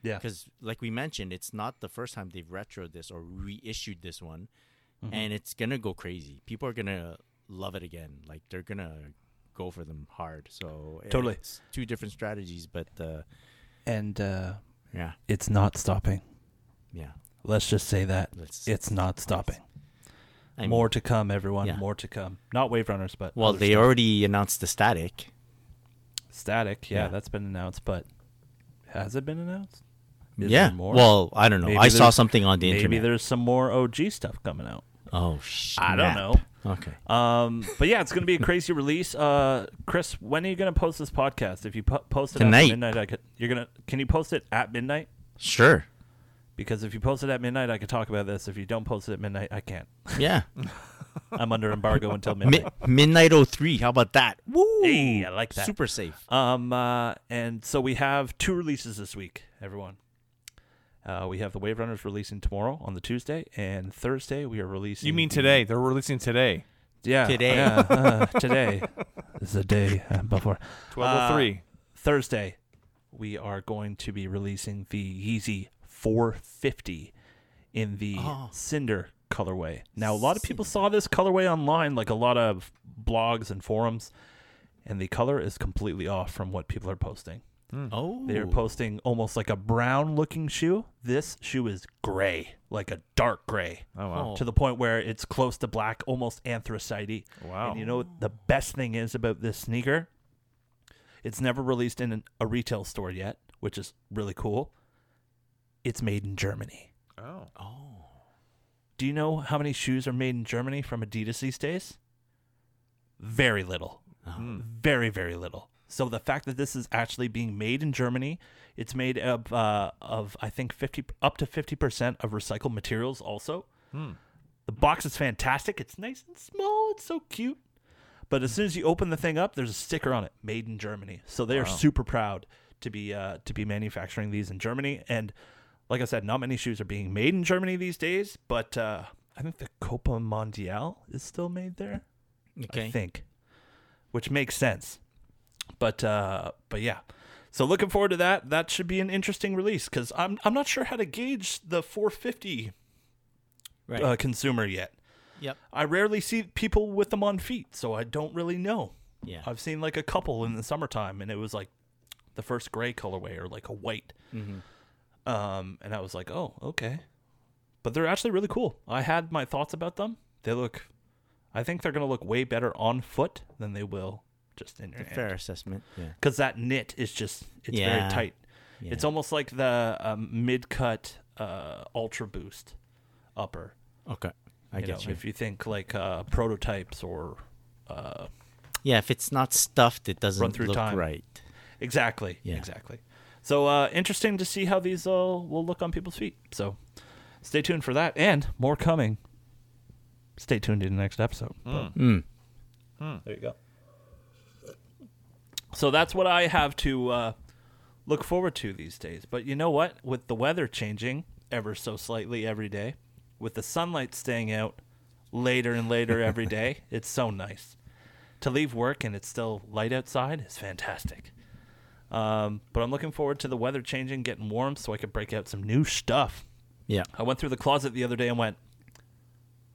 S2: Yeah,
S4: because like we mentioned it's not the first time they've retroed this or reissued this one
S2: Mm-hmm.
S4: and it's gonna go crazy people are gonna love it again like they're gonna go for them hard so
S2: Totally.
S4: it's two different strategies but uh
S2: and uh,
S4: yeah
S2: it's not stopping.
S4: yeah
S2: Let's just say that
S4: Let's-
S2: it's not stopping.
S4: I mean,
S2: More to come, everyone.
S4: yeah.
S2: More to come. Not wave runners, but
S4: well
S2: other
S4: they
S2: stuff.
S4: already announced the static
S2: static. Yeah,
S4: Yeah.
S2: that's been announced, but has it been announced? Is
S4: yeah
S2: there more?
S4: well i don't know
S2: Maybe
S4: i saw
S2: there's-
S4: something on the
S2: maybe
S4: internet
S2: there's some more OG stuff coming out.
S4: oh shit.
S2: I don't know.
S4: okay
S2: Um, but yeah, it's gonna be a crazy release. Uh, Chris, when are you gonna post this podcast? If you po- post it
S4: Tonight.
S2: at midnight, I could. You're gonna. Can you post it at midnight?
S4: sure
S2: Because if you post it at midnight, I could talk about this. If you don't post it at midnight, I can't.
S4: yeah
S2: I'm under embargo until midnight.
S4: Mi- midnight 03 how about that Woo!
S2: Hey, I like that.
S4: super safe
S2: Um, uh, and so we have two releases this week, everyone. Uh, we have the Wave Runners releasing tomorrow on the Tuesday, and Thursday we are releasing.
S3: You mean
S2: the-
S3: today? They're releasing today.
S2: Yeah,
S4: Today.
S2: Yeah, uh, today. This is the day uh, before
S3: Twelve oh
S2: Uh,
S3: three.
S2: Thursday. We are going to be releasing the Yeezy 450 in the
S3: Ah.
S4: Oh.
S2: cinder colorway. Now, a lot of people saw this colorway online, like a lot of blogs and forums, and the color is completely off from what people are posting.
S4: oh
S2: They're posting almost like a brown looking shoe. This shoe is gray, like a dark gray,
S3: Oh wow.
S2: to the point where it's close to black, almost anthracite.
S3: Wow.
S2: oh. And you know what the best thing is about this sneaker? It's never released in an, a retail store yet, which is really cool. It's made in Germany.
S3: Oh.
S2: Do you know how many shoes are made in Germany from Adidas these days? very little. Very, very little. So the fact that this is actually being made in Germany, it's made up uh, of I think fifty up to fifty percent of recycled materials. Also,
S3: Hmm.
S2: the box is fantastic. It's nice and small. It's so cute. But as soon as you open the thing up, there's a sticker on it, made in Germany. So they are super proud to be uh, to be manufacturing these in Germany. And like I said, not many shoes are being made in Germany these days. But uh, I think the Copa Mondial is still made there.
S4: Okay.
S2: I think, which makes sense. But uh, but yeah, so looking forward to that. That should be an interesting release because I'm I'm not sure how to gauge the 450
S4: Right.
S2: uh, consumer yet.
S4: yep.
S2: I rarely see people with them on feet, so I don't really know.
S4: Yeah.
S2: I've seen like a couple in the summertime, and it was like the first gray colorway or like a white.
S4: Mm-hmm.
S2: Um, and I was like, oh, okay. But they're actually really cool. I had my thoughts about them. They look, I think they're going to look way better on foot than they will just in your hand
S4: Fair assessment. Yeah.
S2: because that knit is just it's
S4: Yeah.
S2: very tight.
S4: Yeah.
S2: It's almost like the um, mid cut uh, Ultra Boost upper.
S4: Okay. I
S2: you
S4: get
S2: know,
S4: you.
S2: if you think like uh, prototypes or uh,
S4: yeah, if it's not stuffed, it doesn't
S2: through
S4: look
S2: time.
S4: right.
S2: exactly,
S4: Yeah.
S2: exactly. So uh, interesting to see how these uh, will look on people's feet. So stay tuned for that and more coming. Stay tuned to the next episode. But
S4: Mm.
S2: There you go. So that's what I have to uh, look forward to these days. But you know what? With the weather changing ever so slightly every day, with the sunlight staying out later and later every day, it's so nice. To leave work and it's still light outside is fantastic. Um, but I'm looking forward to the weather changing, getting warm, so I could break out some new stuff.
S4: Yeah.
S2: I went through the closet the other day and went,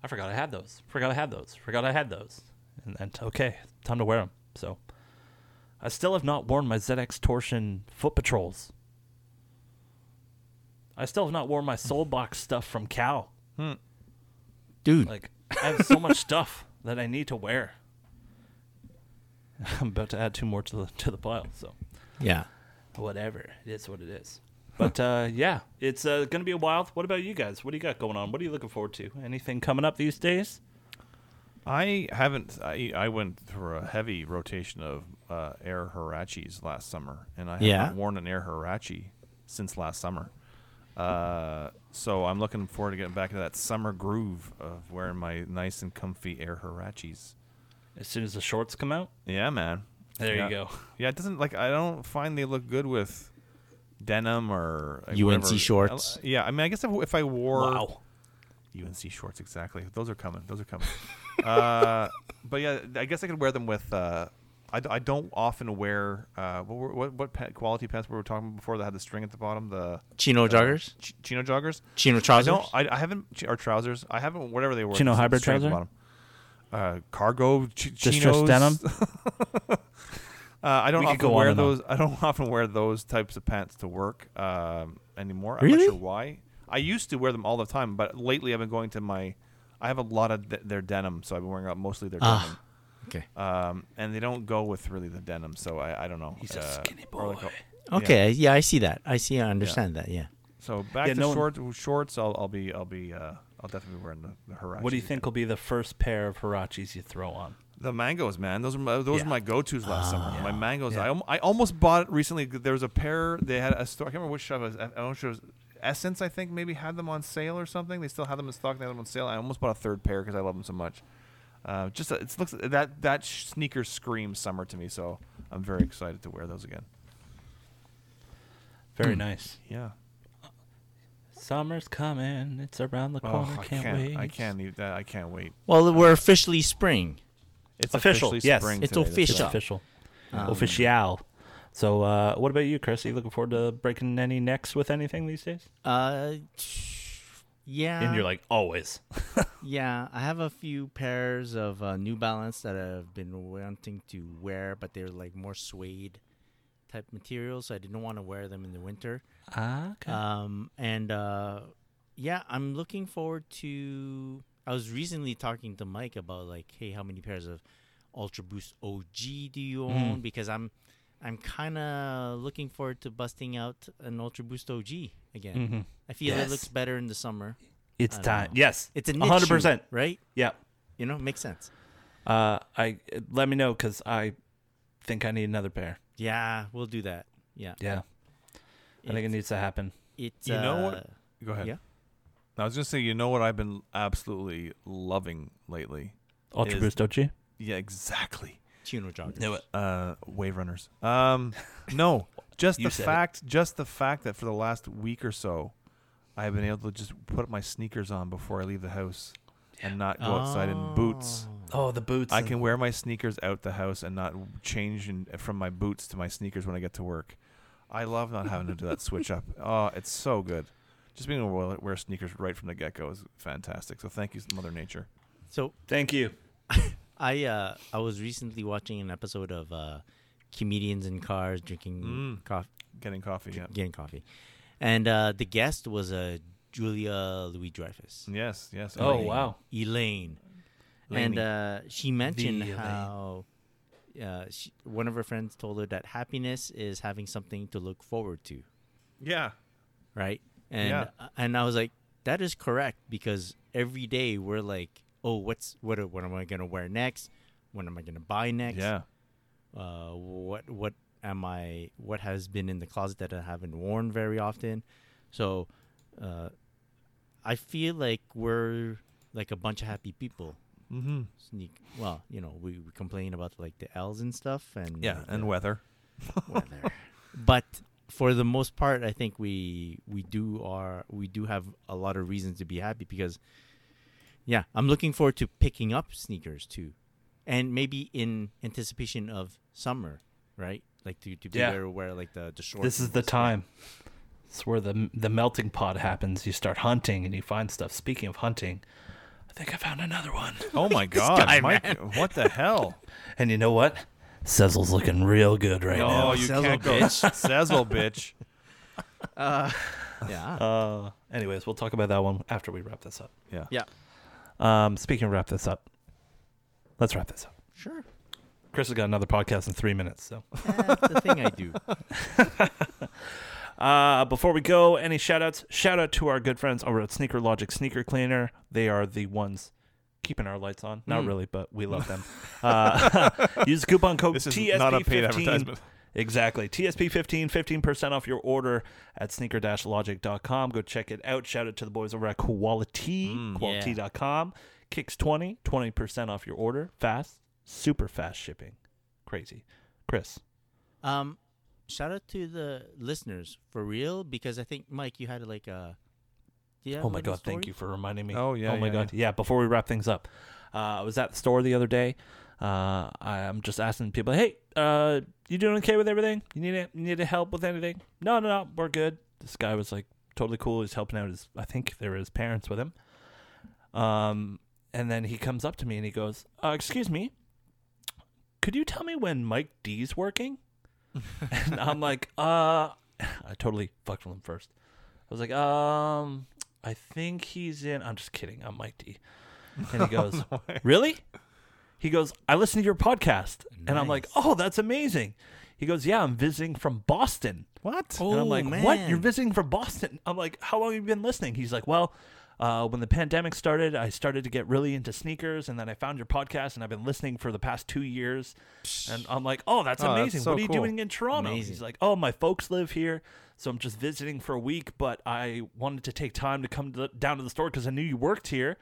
S2: I forgot I had those. Forgot I had those. Forgot I had those. And then, okay, time to wear them. So, I still have not worn my ZX Torsion foot patrols. I still have not worn my soul box stuff from Cal.
S4: Dude.
S2: Like, I have so much stuff that I need to wear. I'm about to add two more to the to the pile. So
S4: yeah.
S2: whatever. It's what it is. But uh, yeah, it's uh, going to be a wild. What about you guys? What do you got going on? What are you looking forward to? Anything coming up these days?
S3: I haven't. I, I went through a heavy rotation of uh, Air Hirachis last summer, and I have
S4: Yeah.
S3: not worn an Air Hirachi since last summer. Uh, so I'm looking forward to getting back into that summer groove of wearing my nice and comfy Air Hirachis.
S2: As soon as the shorts come out,
S3: Yeah, man.
S2: There you
S3: Yeah.
S2: go.
S3: Yeah, it doesn't like I don't find they look good with denim or like,
S4: UNC
S3: whatever.
S4: shorts.
S3: I- yeah, I mean, I guess if, if I wore
S2: wow.
S3: UNC shorts, exactly. Those are coming. Those are coming. uh, but yeah, I guess I could wear them with. Uh, I, d- I don't often wear uh, what were- what, what pa- quality pants were we talking about before that had the string at the bottom, the uh,
S4: Chino joggers?
S3: ch- chino joggers.
S4: Chino
S3: I
S4: trousers?
S3: don't. I, I haven't ch- or trousers. I haven't whatever they were.
S2: Chino
S3: just the
S2: hybrid
S3: string at the
S2: trouser?
S3: bottom. Uh, cargo ch-
S2: Distressed
S3: chinos.
S2: denim?
S3: uh, I don't
S2: We could
S3: often
S2: go on
S3: wear
S2: and on.
S3: those. I don't often wear those types of pants to work um, anymore. I'm
S4: Really?
S3: not sure why. I used to wear them all the time, but lately I've been going to my. I have a lot of th- their denim, so I've been wearing out mostly their
S4: Ah. Okay.
S3: denim, um, and they don't go with really the denim. So I, I don't know. Uh,
S2: He's a skinny
S3: or like a-
S2: boy.
S3: yeah.
S4: Okay. Yeah. I see that. I see. I understand that. Yeah.
S3: So back
S2: Yeah,
S3: to
S2: no one-
S3: short, shorts. I'll, I'll be I'll be uh, I'll definitely be wearing the, the Hirachis
S2: What do you
S3: again.
S2: think will be the first pair of Hirachis you throw on?
S3: The mangoes, man. Those are my, those
S2: Yeah. Ah,
S3: are my go-tos last summer. My mangoes. I, al- I almost bought recently. There was a pair. They had a store. I can't remember which shop it was. I don't know if it was Essence. I think maybe had them on sale or something. They still had them in stock. They had them on sale. I almost bought a third pair because I love them so much. Uh, just uh, it looks that that sh- sneaker screams summer to me. So I'm very excited to wear those again.
S2: Very nice.
S3: Yeah.
S2: Summer's coming. It's around the
S3: Oh,
S2: corner.
S3: I
S2: can't,
S3: can't.
S2: wait.
S3: I can't. leave that. I can't wait.
S4: Well, we're officially spring.
S3: It's
S2: Official,
S3: Officially
S2: yes.
S3: Spring
S4: It's
S3: today. That's
S4: official.
S2: It's official. Official. So, uh, what about you, Chris? Are you looking forward to breaking any necks with anything these days?
S4: Uh, yeah.
S2: and you're like, always.
S4: Yeah, I have a few pairs of uh, New Balance that I've been wanting to wear, but they're like more suede type materials. So I didn't want to wear them in the winter.
S2: Ah, okay.
S4: Um, and uh, yeah, I'm looking forward to. I was recently talking to Mike about like, hey, how many pairs of Ultra Boost OG do you
S2: Hmm.
S4: own? Because I'm, I'm kind of looking forward to busting out an Ultra Boost OG again.
S2: Mhm.
S4: I feel
S2: Yes.
S4: it looks better in the summer.
S2: It's
S4: I don't
S2: time.
S4: know.
S2: Yes.
S4: It's a
S2: hundred percent.
S4: right?
S2: Yeah.
S4: You know, makes sense.
S2: Uh, I let me know because I think I need another pair.
S4: Yeah, we'll do that. Yeah.
S2: Yeah, I think it
S4: It's- uh,
S2: needs to happen.
S4: it's,
S3: You know what?
S4: uh,
S3: Go ahead.
S4: Yeah.
S3: I was gonna say, you know what I've been absolutely loving lately?
S2: Ultra
S3: Is-
S2: Boost, don't you?
S3: Yeah, exactly.
S4: Tuner joggers.
S3: Uh, wave runners. Um, no, just
S2: You
S3: the
S2: said it.
S3: fact, just the fact that for the last week or so, I have been able to just put my sneakers on before I leave the house and not go outside in boots.
S2: Oh, the boots.
S3: I
S2: and-
S3: can wear my sneakers out the house and not change in, from my boots to my sneakers when I get to work. I love not having to do that switch up. Oh, it's so good. Just being able to wear- wear sneakers right from the get go is fantastic. So thank you, Mother Nature.
S4: So
S2: Thank you.
S4: I uh I was recently watching an episode of uh comedians in cars drinking
S3: Mm.
S4: coffee,
S3: Getting coffee. Yeah.
S4: getting coffee, and uh the guest was uh, Julia Louis Dreyfus.
S3: Yes. Yes.
S2: Oh
S3: Elaine.
S2: wow.
S4: Elaine. And uh, she mentioned
S2: Elaine.
S4: how uh, she, one of her friends told her that happiness is having something to look forward to,
S3: Yeah.
S4: right? And uh,
S3: Yeah.
S4: and I was like, that is correct because every day we're like, oh, what's what? are- What am I gonna wear next? When am I gonna buy next?
S3: Yeah.
S4: Uh, what what am I? What has been in the closet that I haven't worn very often? So, uh, I feel like we're like a bunch of happy people
S3: Mm-hmm.
S4: sneak. Well, you know, we, we complain about like the L's and stuff, and
S3: Yeah.
S4: like,
S3: And
S4: the
S3: weather.
S4: weather. but for the most part, I think we we do are we do have a lot of reasons to be happy because, yeah, I'm looking forward to picking up sneakers too, and maybe in anticipation of summer, right? Like to to be
S2: Yeah.
S4: there wear like the the shorts.
S2: This is
S4: and
S2: the
S4: stuff.
S2: time. It's where the the melting pot happens. You start hunting and you find stuff. Speaking of hunting, I think I found another one.
S3: Oh my God,
S2: guy,
S3: Mike! What the hell?
S2: And you know what? Sezzle's looking real good right
S3: oh,
S2: now.
S3: you
S4: Sezzle,
S3: can't go, Sezzle, bitch.
S4: Yeah.
S2: Uh, anyways, we'll talk about that one after we wrap this up.
S3: Yeah.
S4: yeah.
S2: Um, speaking of wrap this up, let's wrap this up.
S4: Sure.
S2: Chris has got another podcast in three minutes, so.
S4: That's the thing I do.
S2: Uh, before we go, any shout outs? Shout out to our good friends over at Sneaker Logic Sneaker Cleaner. They are the ones keeping our lights on.
S3: Hmm.
S2: Not really, but we love them. Uh, use coupon code
S3: This is
S2: TSP15.
S3: not a paid advertisement.
S2: Exactly. TSP15, 15% off your order at sneaker logic.com. Go check it out. Shout out to the boys over at Quality,
S3: Hmm.
S2: quality.com. Kicks20, 20% off your order. Fast, super fast shipping. Crazy. Chris.
S4: Um, shout out to the listeners for real because I think Mike, you had like a. do you have
S2: Oh my
S4: little
S2: god, thank
S4: story?
S2: you for reminding me.
S3: Oh, yeah,
S2: Oh my
S3: yeah,
S2: god. Yeah. before we wrap things up. Uh, I was at the store the other day. Uh, I, I'm just asking people, "Hey, uh, you doing okay with everything? You need a, you need a help with anything?" No, no, no, we're good. This guy was like totally cool. He's helping out his I think there were his parents with him. Um, and then he comes up to me and he goes, uh, "Excuse me. Could you tell me when Mike D's working?" and I'm like, "Uh, I totally fucked with him first. I was like, um, I think he's in. I'm just kidding. I'm Mike D. And he goes, really? He goes, I listen to your podcast, and I'm like, oh, that's amazing. He goes, yeah, I'm visiting from Boston.
S3: What?
S2: And I'm
S4: Oh,
S2: like, what? You're
S4: man.
S2: visiting from Boston? I'm like, how long have you been listening? He's like, well, uh, when the pandemic started, I started to get really into sneakers, and then I found your podcast, and I've been listening for the past two years. And I'm like, oh, that's
S3: Oh, that's
S2: amazing.
S3: so
S2: what are you
S3: cool.
S2: doing in Toronto?
S4: Amazing.
S2: He's like, oh, my folks live here, so I'm just visiting for a week, but I wanted to take time to come to the, down to the store because I knew you worked here,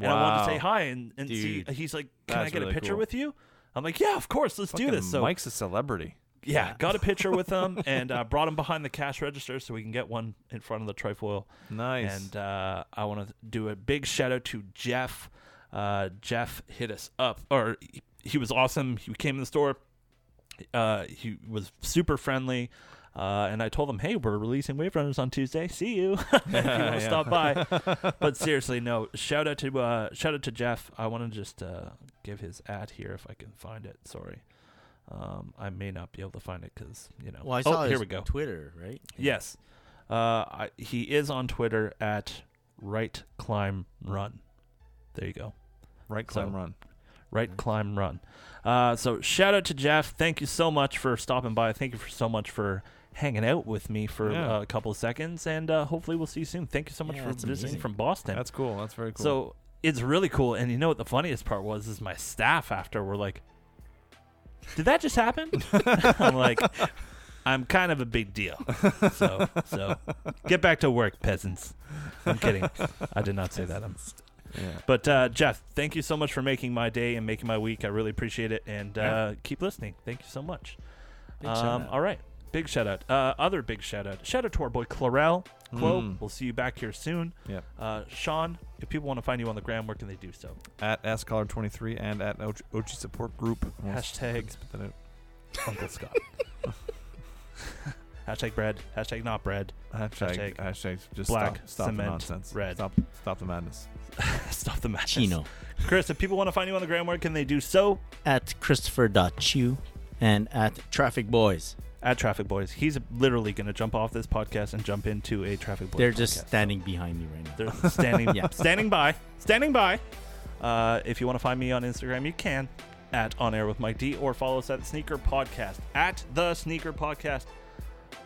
S2: and I wanted
S3: Wow.
S2: to say hi and, and see.
S4: Dude,
S2: He's like, can I
S3: that's
S2: get a
S3: really
S2: picture
S3: cool.
S2: with you? I'm like, yeah, of course, let's do
S3: Fucking
S2: this. So
S3: Mike's a celebrity.
S2: yeah, got a picture with him and uh, brought him behind the cash register so we can get one in front of the trifoil.
S3: Nice.
S2: And uh, I want to do a big shout out to Jeff. Uh, Jeff hit us up, or he- he was awesome. He came in the store. Uh, he was super friendly. Uh, and I told him, hey, we're releasing Wave Runners on Tuesday. See you if you want to stop by. but seriously, no. Shout out to uh, shout out to Jeff. I want to just uh, give his ad here if I can find it. Sorry, um, I may not be able to find it because you know.
S4: Well, I saw
S2: oh,
S4: his
S2: here we go.
S4: Twitter, right?
S2: Yes. Uh, I, he is on Twitter at right climb run. There you go.
S3: right
S2: so-
S3: climb run.
S2: Right climb run. Uh, so shout out to Jeff. Thank you so much for stopping by. Thank you for so much for hanging out with me for
S3: Yeah.
S2: uh, a couple of seconds, and uh, hopefully we'll see you soon. Thank you so much
S4: Yeah,
S2: for
S4: that's
S2: visiting
S4: amazing.
S2: from Boston.
S3: That's cool. That's very cool.
S2: So it's really cool. And you know what the funniest part was is my staff after were like, "Did that just happen?" I'm like, "I'm kind of a big deal." So so get back to work, peasants. I'm kidding. I did not say that. I'm.
S3: Yeah.
S2: But uh, Jeff, thank you so much for making my day and making my week. I really appreciate it, and uh, keep listening. Thank you so much.
S4: Big shout out.
S2: um, All right, big shout out. Uh, other big shout out. Shout out to our boy Clarel. Chloe,
S4: Hmm.
S2: we'll see you back here soon.
S3: Yep.
S2: Uh, Sean, if people want to find you on the gram, where can they do so?
S3: At AskCollar23 and at Ochi Ochi Support Group. I wanna
S2: Hashtag
S3: spit that out.
S2: Uncle Scott. hashtag bread. Hashtag not bread.
S3: Hashtag,
S2: Hashtag
S3: hashtag, just
S2: black
S3: stop, stop the
S2: cement
S3: nonsense.
S2: red.
S3: Stop, stop the madness.
S2: Stop the match.
S4: Chino
S2: Chris, if people want to find you on the gram, where can they do so?
S4: at Christopher.Chew and at Traffic Boys.
S2: At Traffic Boys. He's literally going to jump off this podcast and jump into a Traffic Boys
S4: They're just
S2: podcast.
S4: standing behind me right now.
S2: They're standing,
S4: Yeah.
S2: standing by, standing by. Uh, if you want to find me on Instagram, you can at on air with Mike D, or follow us at Sneaker Podcast at the Sneaker Podcast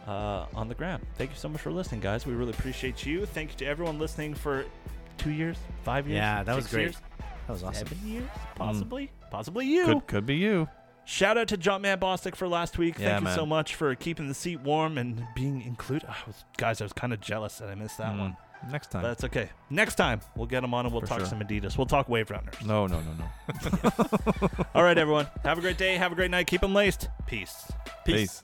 S2: uh, on the gram. Thank you so much for listening, guys. We really appreciate you. Thank you to everyone listening for two years, five years,
S4: Yeah, that was
S2: six
S4: great.
S2: years,
S4: That was awesome. Mm.
S2: seven years, possibly, possibly you.
S3: Could, could be you.
S2: Shout out to Jumpman Bostic for last week.
S3: Yeah,
S2: Thank you
S3: man.
S2: so much for keeping the seat warm and being included. I was, guys, I was kind of jealous that I missed
S4: Mm.
S2: that one.
S3: Mm. Next time.
S2: That's okay. Next time, we'll get them on and we'll
S3: For
S2: talk
S3: sure.
S2: some Adidas. We'll talk Wave Runners.
S3: no, no, no, no.
S2: All right, everyone. Have a great day. Have a great night. Keep them laced. Peace.
S3: Peace.